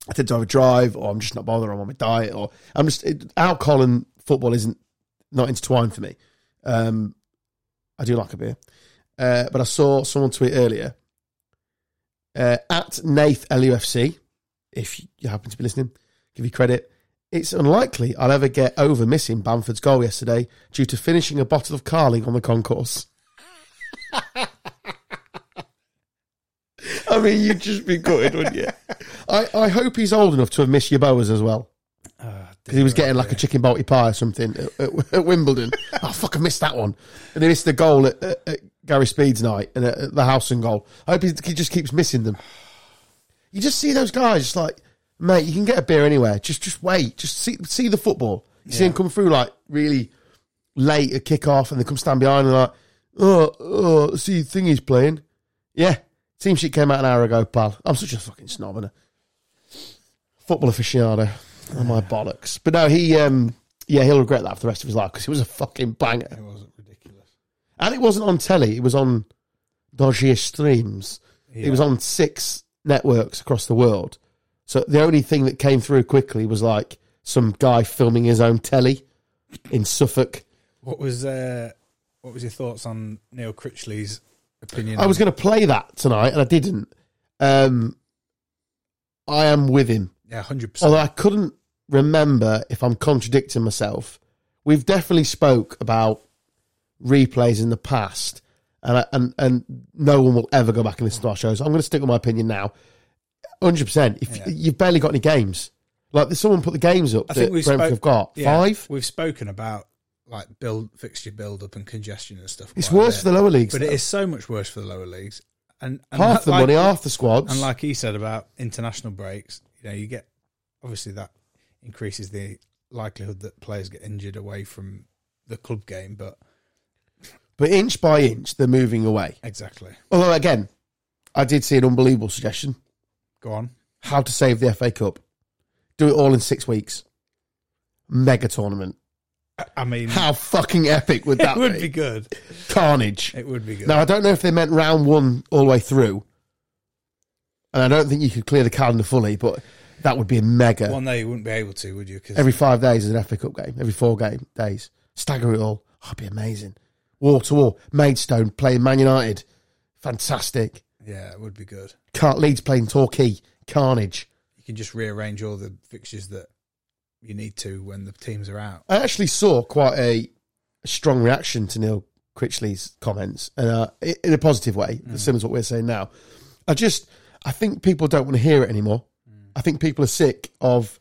Speaker 3: I tend to have a drive, or I'm just not bothered. I'm on my diet, or I'm just it, alcohol and football isn't not intertwined for me. Um, I do like a beer, uh, but I saw someone tweet earlier uh, at Nath LUFC. If you happen to be listening, give you credit. It's unlikely I'll ever get over missing Bamford's goal yesterday due to finishing a bottle of Carling on the concourse. I mean, you'd just be gutted, wouldn't you? I, I hope he's old enough to have missed your boas as well. Because he was getting like a chicken balti pie or something at, at, at Wimbledon. oh, fuck, I missed that one. And they missed the goal at, at, at Gary Speed's night and at, at the house and goal. I hope he, he just keeps missing them. You just see those guys, just like, mate, you can get a beer anywhere. Just just wait. Just see see the football. You see them come through like really late at kick off and they come stand behind and like, oh, oh, see, thingy's playing. Yeah. Team sheet came out an hour ago, pal. I'm such a fucking snob and a football aficionado. Oh my bollocks! But no, he, um, yeah, he'll regret that for the rest of his life because it was a fucking banger,
Speaker 4: It wasn't ridiculous.
Speaker 3: and it wasn't on telly. It was on dodgy streams. It was on six networks across the world. So the only thing that came through quickly was like some guy filming his own telly in Suffolk.
Speaker 4: What was uh, what was your thoughts on Neil Critchley's opinion?
Speaker 3: I was
Speaker 4: on-
Speaker 3: going to play that tonight, and I didn't. Um, I am with him.
Speaker 4: yeah, hundred percent.
Speaker 3: although I couldn't remember if I'm contradicting myself. We've definitely spoke about replays in the past, and I, and and no one will ever go back and listen to our shows. I'm going to stick with my opinion now. Hundred percent. If
Speaker 4: Yeah.
Speaker 3: you've barely got any games, like there's someone put the games up
Speaker 4: I
Speaker 3: that
Speaker 4: think we've
Speaker 3: Brentford
Speaker 4: spoke-
Speaker 3: have got
Speaker 4: yeah,
Speaker 3: five.
Speaker 4: We've spoken about like build fixture build up and congestion and stuff.
Speaker 3: It's
Speaker 4: quite a
Speaker 3: worse
Speaker 4: bit.
Speaker 3: for the lower leagues.
Speaker 4: but it is so much worse for the lower leagues. And, and
Speaker 3: half the
Speaker 4: like-
Speaker 3: money, half the squads.
Speaker 4: And like he said about international breaks, you know, you get obviously that increases the likelihood that players get injured away from the club game. But
Speaker 3: but inch by inch, they're moving away.
Speaker 4: exactly,
Speaker 3: Although again, I did see an unbelievable suggestion:
Speaker 4: go on.
Speaker 3: how to save the FA Cup. Do it all in six weeks. Mega tournament.
Speaker 4: I mean,
Speaker 3: How fucking epic would that
Speaker 4: it would
Speaker 3: be?
Speaker 4: be good.
Speaker 3: Carnage.
Speaker 4: It would be good.
Speaker 3: Now I don't know if they meant round one all the way through, and I don't think you could clear the calendar fully, but that would be a mega.
Speaker 4: Well, no, you wouldn't be able to, would you? Because
Speaker 3: Every five days is an FA Cup game. Every four game days, stagger it all. Oh, it'd be amazing. Wall to wall, Maidstone playing Man United, fantastic.
Speaker 4: yeah, it would be good.
Speaker 3: Car- Leeds playing Torquay, carnage.
Speaker 4: You can just rearrange all the fixtures that you need to when the teams are out.
Speaker 3: I actually saw quite a strong reaction to Neil Critchley's comments, and uh, i- in a positive way, similar to what we're saying now. I just, I think people don't want to hear it anymore. I think people are sick of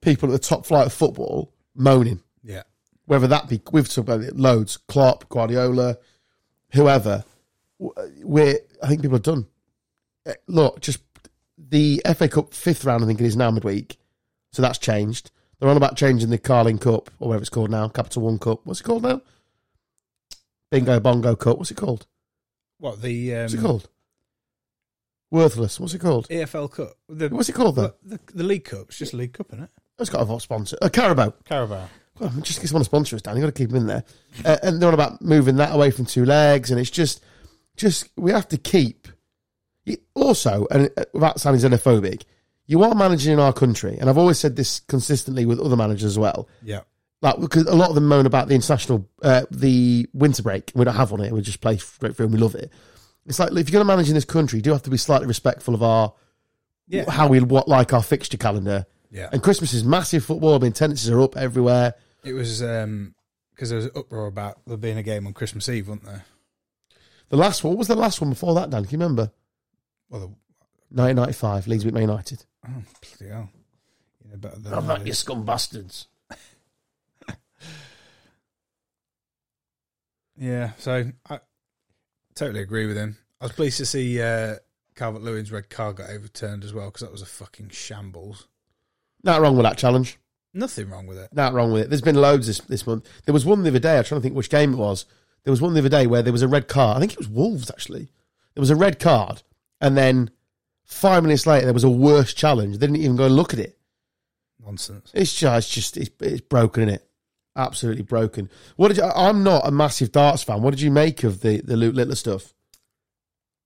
Speaker 3: people at the top flight of football moaning,
Speaker 4: Yeah,
Speaker 3: whether that be we've talked about it loads, Klopp, Guardiola, whoever. W- We're, I think people are done. Eh, Look, just the FA Cup fifth round, I think it is now midweek. So that's changed. They're on about changing the Carling Cup or whatever it's called now, Capital One Cup. What's it called now? Bingo Bongo Cup. What's it called?
Speaker 4: what the um,
Speaker 3: What's it called? Worthless. What's it called?
Speaker 4: EFL Cup. The,
Speaker 3: What's it called though?
Speaker 4: the, the, League Cup. It's just League Cup, isn't it?
Speaker 3: It's got a sponsor. A Carabao.
Speaker 4: Carabao.
Speaker 3: Well, just because want to sponsor us, Dan, you got to keep them in there. Uh, and they're on about moving that away from two legs, and it's just, just we have to keep. it- Also, and uh, without sounding xenophobic, you are managing in our country, and I've always said this consistently with other managers as well.
Speaker 4: Yeah,
Speaker 3: Like because a lot of them moan about the international, uh, the winter break. We don't have one here. We just play straight through, and we love it. It's like if you're going to manage in this country, you do have to be slightly respectful of our
Speaker 4: Yeah.
Speaker 3: how we what like our fixture calendar.
Speaker 4: yeah.
Speaker 3: And Christmas is massive football. I mean, tendencies are up everywhere.
Speaker 4: It was because there was uproar about there being a game on Christmas Eve, wasn't there?
Speaker 3: The last one, what was the last one before that, Dan? Can you remember?
Speaker 4: Well, the,
Speaker 3: 1995, Leeds beat Man United.
Speaker 4: oh, bloody hell. You know better than
Speaker 3: I'm
Speaker 4: I
Speaker 3: not
Speaker 4: do.
Speaker 3: you scum bastards.
Speaker 4: Yeah, so I totally agree with him. I was pleased to see uh, Calvert Lewin's red card got overturned as well because that was a fucking shambles.
Speaker 3: Not wrong with that challenge.
Speaker 4: Nothing wrong with it.
Speaker 3: Not wrong with it. There's been loads this, this month. There was one the other day, I'm trying to think which game it was. There was one the other day where there was a red card. I think it was Wolves, actually. There was a red card. And then five minutes later, there was a worse challenge. They didn't even go and look at it.
Speaker 4: Nonsense.
Speaker 3: It's just, just it's, it's broken, is it? Absolutely broken. What did you, I- I'm not a massive darts fan. What did you make of the, the Luke Littler stuff?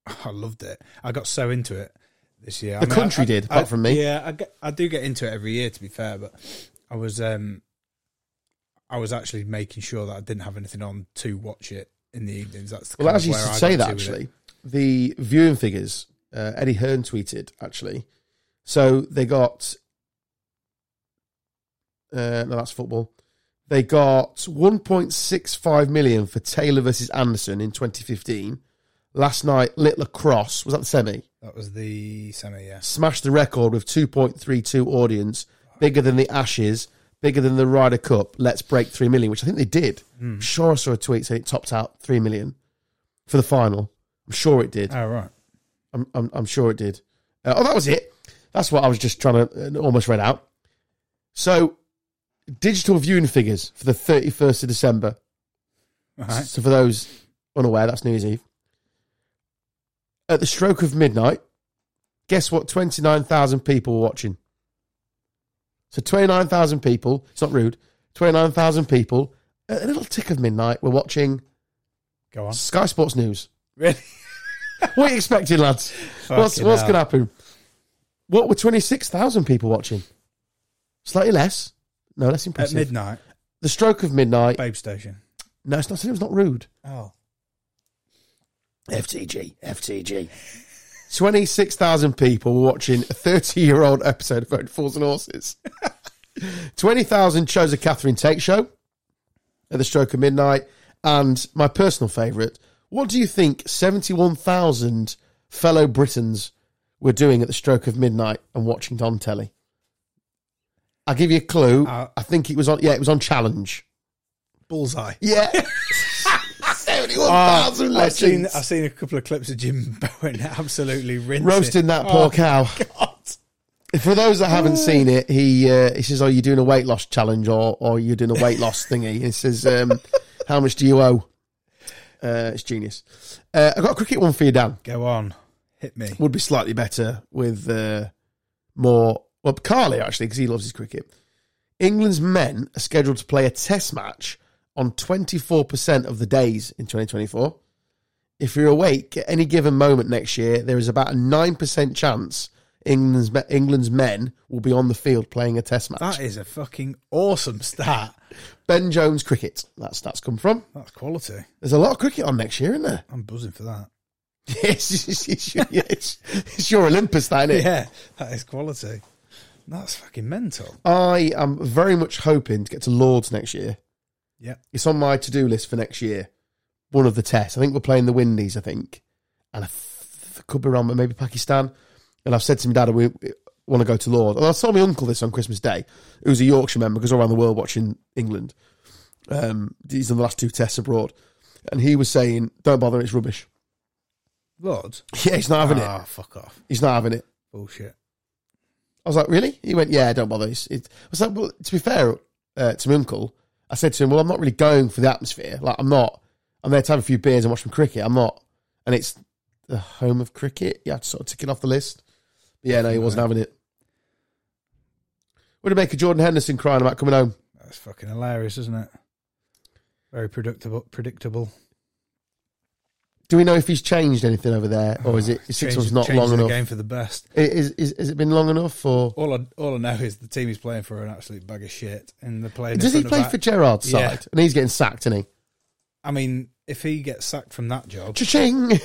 Speaker 4: I loved it. I got so into it this year.
Speaker 3: The country
Speaker 4: I-
Speaker 3: did,
Speaker 4: I-
Speaker 3: apart from me.
Speaker 4: Yeah, I, get, I do get into it every year, to be fair. But I was, um, I was actually making sure that I didn't have anything on to watch it in the evenings. That's the
Speaker 3: Well,
Speaker 4: kind
Speaker 3: as
Speaker 4: of
Speaker 3: you
Speaker 4: where I
Speaker 3: say that,
Speaker 4: got to with it.
Speaker 3: actually, the viewing figures, uh, Eddie Hearn tweeted, actually. So they got, uh, no, that's football. They got 1.65 million for Taylor versus Anderson in 2015. Last night, Littler Cross, was that the semi?
Speaker 4: that was the semi. Yeah,
Speaker 3: Smashed the record with 2.32 audience, bigger than the Ashes, bigger than the Ryder Cup. Let's break 3 million, which I think they did. Sure, I saw a tweet saying it topped out 3 million for the final. I'm sure it did.
Speaker 4: oh right.
Speaker 3: I'm, I'm, I'm sure it did. Uh, oh, that was it. That's what I was just trying to uh, almost read out. So, digital viewing figures for the 31st of December.
Speaker 4: All right.
Speaker 3: So, for those unaware, that's New Year's Eve. At the stroke of midnight, guess what? 29,000 people were watching. So, 29,000 people, it's not rude, 29,000 people at a little tick of midnight were watching
Speaker 4: Go on.
Speaker 3: Sky Sports News.
Speaker 4: Really?
Speaker 3: What are you expecting, lads? What's
Speaker 4: Fucking
Speaker 3: what's
Speaker 4: hell.
Speaker 3: going to happen? What were twenty six thousand people watching? Slightly less. No, less
Speaker 4: At
Speaker 3: impressive.
Speaker 4: midnight,
Speaker 3: the stroke of midnight.
Speaker 4: Babe Station.
Speaker 3: No, it's not. It was not rude.
Speaker 4: Oh.
Speaker 3: FTG, FTG. Twenty six thousand people were watching a thirty year old episode of Vote Fools and Horses. Twenty thousand chose a Catherine Tate show at the stroke of midnight, and my personal favourite. What do you think seventy one thousand fellow Britons were doing at the stroke of midnight and watching on telly? I'll give you a clue.
Speaker 4: Uh,
Speaker 3: I think it was on. Yeah, it was on Challenge.
Speaker 4: Bullseye.
Speaker 3: Yeah. 71,000
Speaker 4: I've seen,
Speaker 3: legends.
Speaker 4: I've seen a couple of clips of Jim Bowen absolutely rinsing.
Speaker 3: roasting that poor
Speaker 4: Oh,
Speaker 3: cow.
Speaker 4: God.
Speaker 3: For those that haven't seen it, he uh, he says, "Are you doing a weight loss challenge or or you're doing a weight loss thingy?" He says, um, "How much do you owe?" Uh, it's genius. Uh, I got a cricket one for you, Dan.
Speaker 4: Go on. Hit me.
Speaker 3: Would be slightly better with uh, more. Well, Carly actually, because he loves his cricket. England's men are scheduled to play a test match on 24% of the days in 2024. If you're awake at any given moment next year, there is about a 9% chance England's, me- England's men will be on the field playing a test match.
Speaker 4: That is a fucking awesome stat.
Speaker 3: ben Jones cricket. That's that's come from.
Speaker 4: That's quality.
Speaker 3: There's a lot of cricket on next year, isn't there?
Speaker 4: I'm buzzing for that.
Speaker 3: Yes, it's, it's, your- it's- it's your Olympus, that, isn't it?
Speaker 4: Yeah, that is quality. That's fucking mental.
Speaker 3: I am very much hoping to get to Lords next year.
Speaker 4: Yep.
Speaker 3: It's on my to do list for next year. One of the tests. I think we're playing the Windies, I think. And I th- could be wrong, but maybe Pakistan. And I've said to my dad, we want to go to Lord. And I saw my uncle this on Christmas Day, who's a Yorkshire man because all around the world watching England. Um, he's done the last two tests abroad. And he was saying, don't bother, it's rubbish.
Speaker 4: Lord.
Speaker 3: Yeah, he's not having
Speaker 4: Ah,
Speaker 3: it.
Speaker 4: fuck off.
Speaker 3: He's not having it.
Speaker 4: Bullshit.
Speaker 3: I was like, really? He went, yeah, don't bother. It's, it. I was like, well, to be fair uh, to my uncle, I said to him, well, I'm not really going for the atmosphere. Like, I'm not. I'm there to have a few beers and watch some cricket. I'm not. And it's the home of cricket. You have to sort of tick it off the list. But yeah, no, he wasn't having it. Would it make a Jordan Henderson crying about coming home?
Speaker 4: That's fucking hilarious, isn't it? Very predictable. Predictable.
Speaker 3: Do we know if he's changed anything over there, or is it is six
Speaker 4: Change-
Speaker 3: months not
Speaker 4: change
Speaker 3: long
Speaker 4: Oh, the
Speaker 3: enough?
Speaker 4: game for the best.
Speaker 3: I- Is, is, has it been long enough, or
Speaker 4: All I, all I know is the team he's playing for are an absolute bag of shit, and the playing. in
Speaker 3: does he
Speaker 4: front of
Speaker 3: play
Speaker 4: that-
Speaker 3: for Gerard's
Speaker 4: Yeah.
Speaker 3: side? And he's getting sacked, isn't he?
Speaker 4: I mean, if he gets sacked from that job,
Speaker 3: Cha-ching!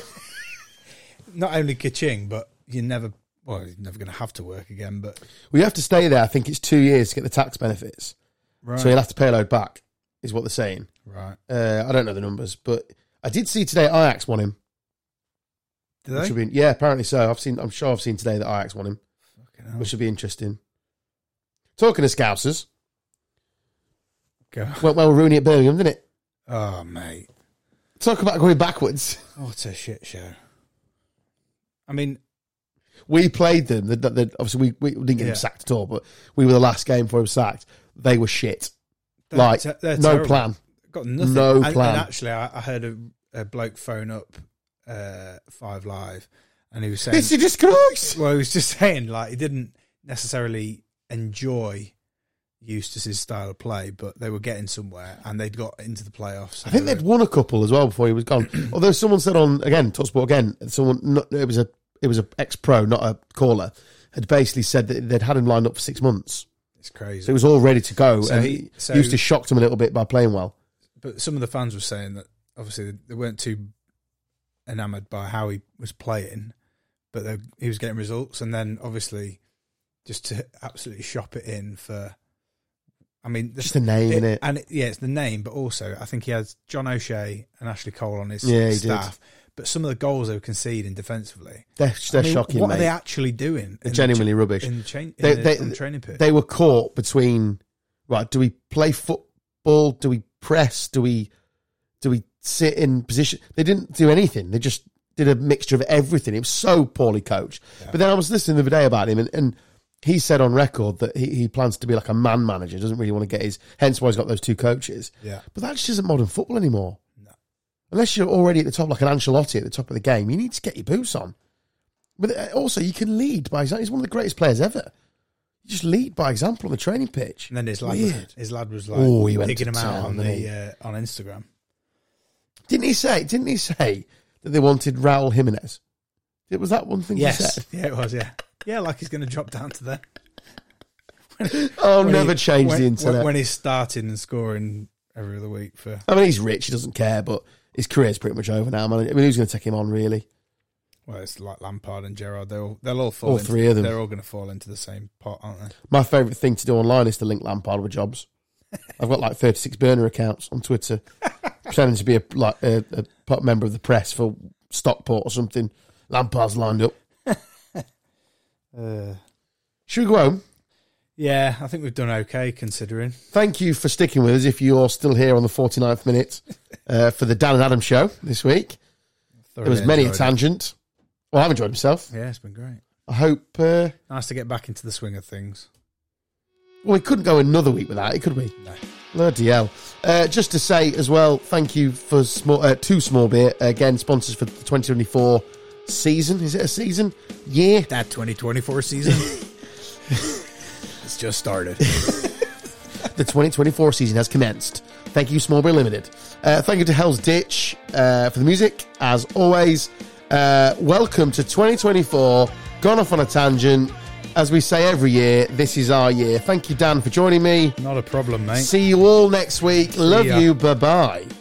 Speaker 4: not only Kaching, but you're never. Well, you're never going to have to work again. But
Speaker 3: We have to stay there. I think it's two years to get the tax benefits,
Speaker 4: right,
Speaker 3: so you'll have to payload back, is what they're saying.
Speaker 4: right.
Speaker 3: Uh, I don't know the numbers, but I did see today Ajax won him.
Speaker 4: Do
Speaker 3: Which
Speaker 4: they?
Speaker 3: would be, yeah, apparently so. I've seen. I'm sure I've seen today that Ajax won him,
Speaker 4: Fucking hell.
Speaker 3: which would be interesting. Talking of Scousers,
Speaker 4: Go.
Speaker 3: went well with Rooney at Birmingham, didn't it?
Speaker 4: Oh, mate.
Speaker 3: Talk about going backwards.
Speaker 4: What a shit show. I mean,
Speaker 3: We played them. The, the, the- obviously, we, we didn't get
Speaker 4: Yeah.
Speaker 3: him sacked at all, but we were the last game for him sacked. They were shit.
Speaker 4: they're
Speaker 3: like
Speaker 4: te-
Speaker 3: no
Speaker 4: they're terrible.
Speaker 3: plan.
Speaker 4: Got nothing.
Speaker 3: No
Speaker 4: And- and,
Speaker 3: plan.
Speaker 4: actually, I, I heard a, a bloke phone up uh, Five Live, and he was saying,
Speaker 3: It's a disgrace.
Speaker 4: well, he was just saying like he didn't necessarily enjoy Eustace's style of play, but they were getting somewhere, and they'd got into the playoffs.
Speaker 3: I think they'd won a couple as well before he was gone. Although someone said on again Talksport again, someone not, it was a it was a ex pro, not a caller, had basically said that they'd had him lined up for six months,
Speaker 4: It's crazy.
Speaker 3: so he was all ready to go.
Speaker 4: So
Speaker 3: and
Speaker 4: he-
Speaker 3: he,
Speaker 4: so-
Speaker 3: used to shocked him a little bit by playing well.
Speaker 4: but some of the fans were saying that obviously they weren't too enamored by how he was playing, but they, he was getting results, and then obviously just to absolutely shop it in for. I mean, the,
Speaker 3: Just the name in it.
Speaker 4: and it, yeah, it's the name, but also I think he has John O'Shea and Ashley Cole on his
Speaker 3: Yeah, he did.
Speaker 4: staff. But some of the goals they were conceding defensively,
Speaker 3: They're, they're
Speaker 4: I mean,
Speaker 3: shocking,
Speaker 4: What
Speaker 3: mate.
Speaker 4: are they actually doing?
Speaker 3: They're
Speaker 4: in the
Speaker 3: genuinely
Speaker 4: cha-
Speaker 3: rubbish.
Speaker 4: in the, chain,
Speaker 3: They-
Speaker 4: in the,
Speaker 3: they-
Speaker 4: on the training pit.
Speaker 3: They were caught between right. Do we play football? Do we press? Do we do we sit in position? They didn't do anything. They just did a mixture of everything. It was so poorly coached. But then I was listening the other day about him, and, and he said on record that he, he plans to be like a man manager. Doesn't really want to get his. Hence why he's got those two coaches.
Speaker 4: yeah,
Speaker 3: But that just isn't modern football anymore. Unless you're already at the top, like an Ancelotti at the top of the game, you need to get your boots on. But uh, also, you can lead by example. He's one of the greatest players ever. You just lead by example on the training pitch.
Speaker 4: and then his lad,
Speaker 3: Weird.
Speaker 4: was, his lad was like
Speaker 3: Oh, he went
Speaker 4: digging
Speaker 3: to
Speaker 4: him out
Speaker 3: town,
Speaker 4: on
Speaker 3: didn't he?
Speaker 4: the uh, on Instagram.
Speaker 3: Didn't he say? Didn't he say that they wanted Raul Jimenez? It was that one thing he said.
Speaker 4: yeah, it was. Yeah, yeah, like he's going to drop down to there.
Speaker 3: I'll
Speaker 4: When
Speaker 3: never
Speaker 4: he-
Speaker 3: change
Speaker 4: when-
Speaker 3: the internet.
Speaker 4: when, he's starting and scoring every other week for.
Speaker 3: I mean, he's rich. He doesn't care, but his career's pretty much over now, man. I mean, who's going to take him on, really?
Speaker 4: Well, it's like Lampard and Gerrard. They'll they'll all fall.
Speaker 3: All
Speaker 4: into-
Speaker 3: three of them.
Speaker 4: They're all going to fall into the same pot, aren't they?
Speaker 3: My favourite thing to do online is to link Lampard with jobs. I've got like 36 burner accounts on Twitter, pretending to be a like a, a part member of the press for Stockport or something. Lampard's lined up. Uh, Should we go home?
Speaker 4: yeah, I think we've done okay considering.
Speaker 3: Thank you for sticking with us if you're still here on the 49th minute uh, for the Dan and Adam show this week. There was many a
Speaker 4: times.
Speaker 3: tangent. Well, I've enjoyed myself.
Speaker 4: Yeah, it's been great.
Speaker 3: I hope. Uh,
Speaker 4: Nice to get back into the swing of things.
Speaker 3: Well, we couldn't go another week without it, could we?
Speaker 4: No.
Speaker 3: Bloody hell. Uh, just to say as well, thank you for small, uh, two small beer again, sponsors for the 2024 season. Is it a season? Year?
Speaker 4: That 2024 season. it's just started.
Speaker 3: The 2024 season has commenced. Thank you, Small Beer Limited. Uh, thank you to Hell's Ditch uh, for the music, as always. Uh, welcome to 2024. Gone off on a tangent. As we say every year, this is our year. Thank you, Dan, for joining me.
Speaker 4: Not a problem, mate.
Speaker 3: See you all next week. Love
Speaker 4: ya.
Speaker 3: you. Bye bye.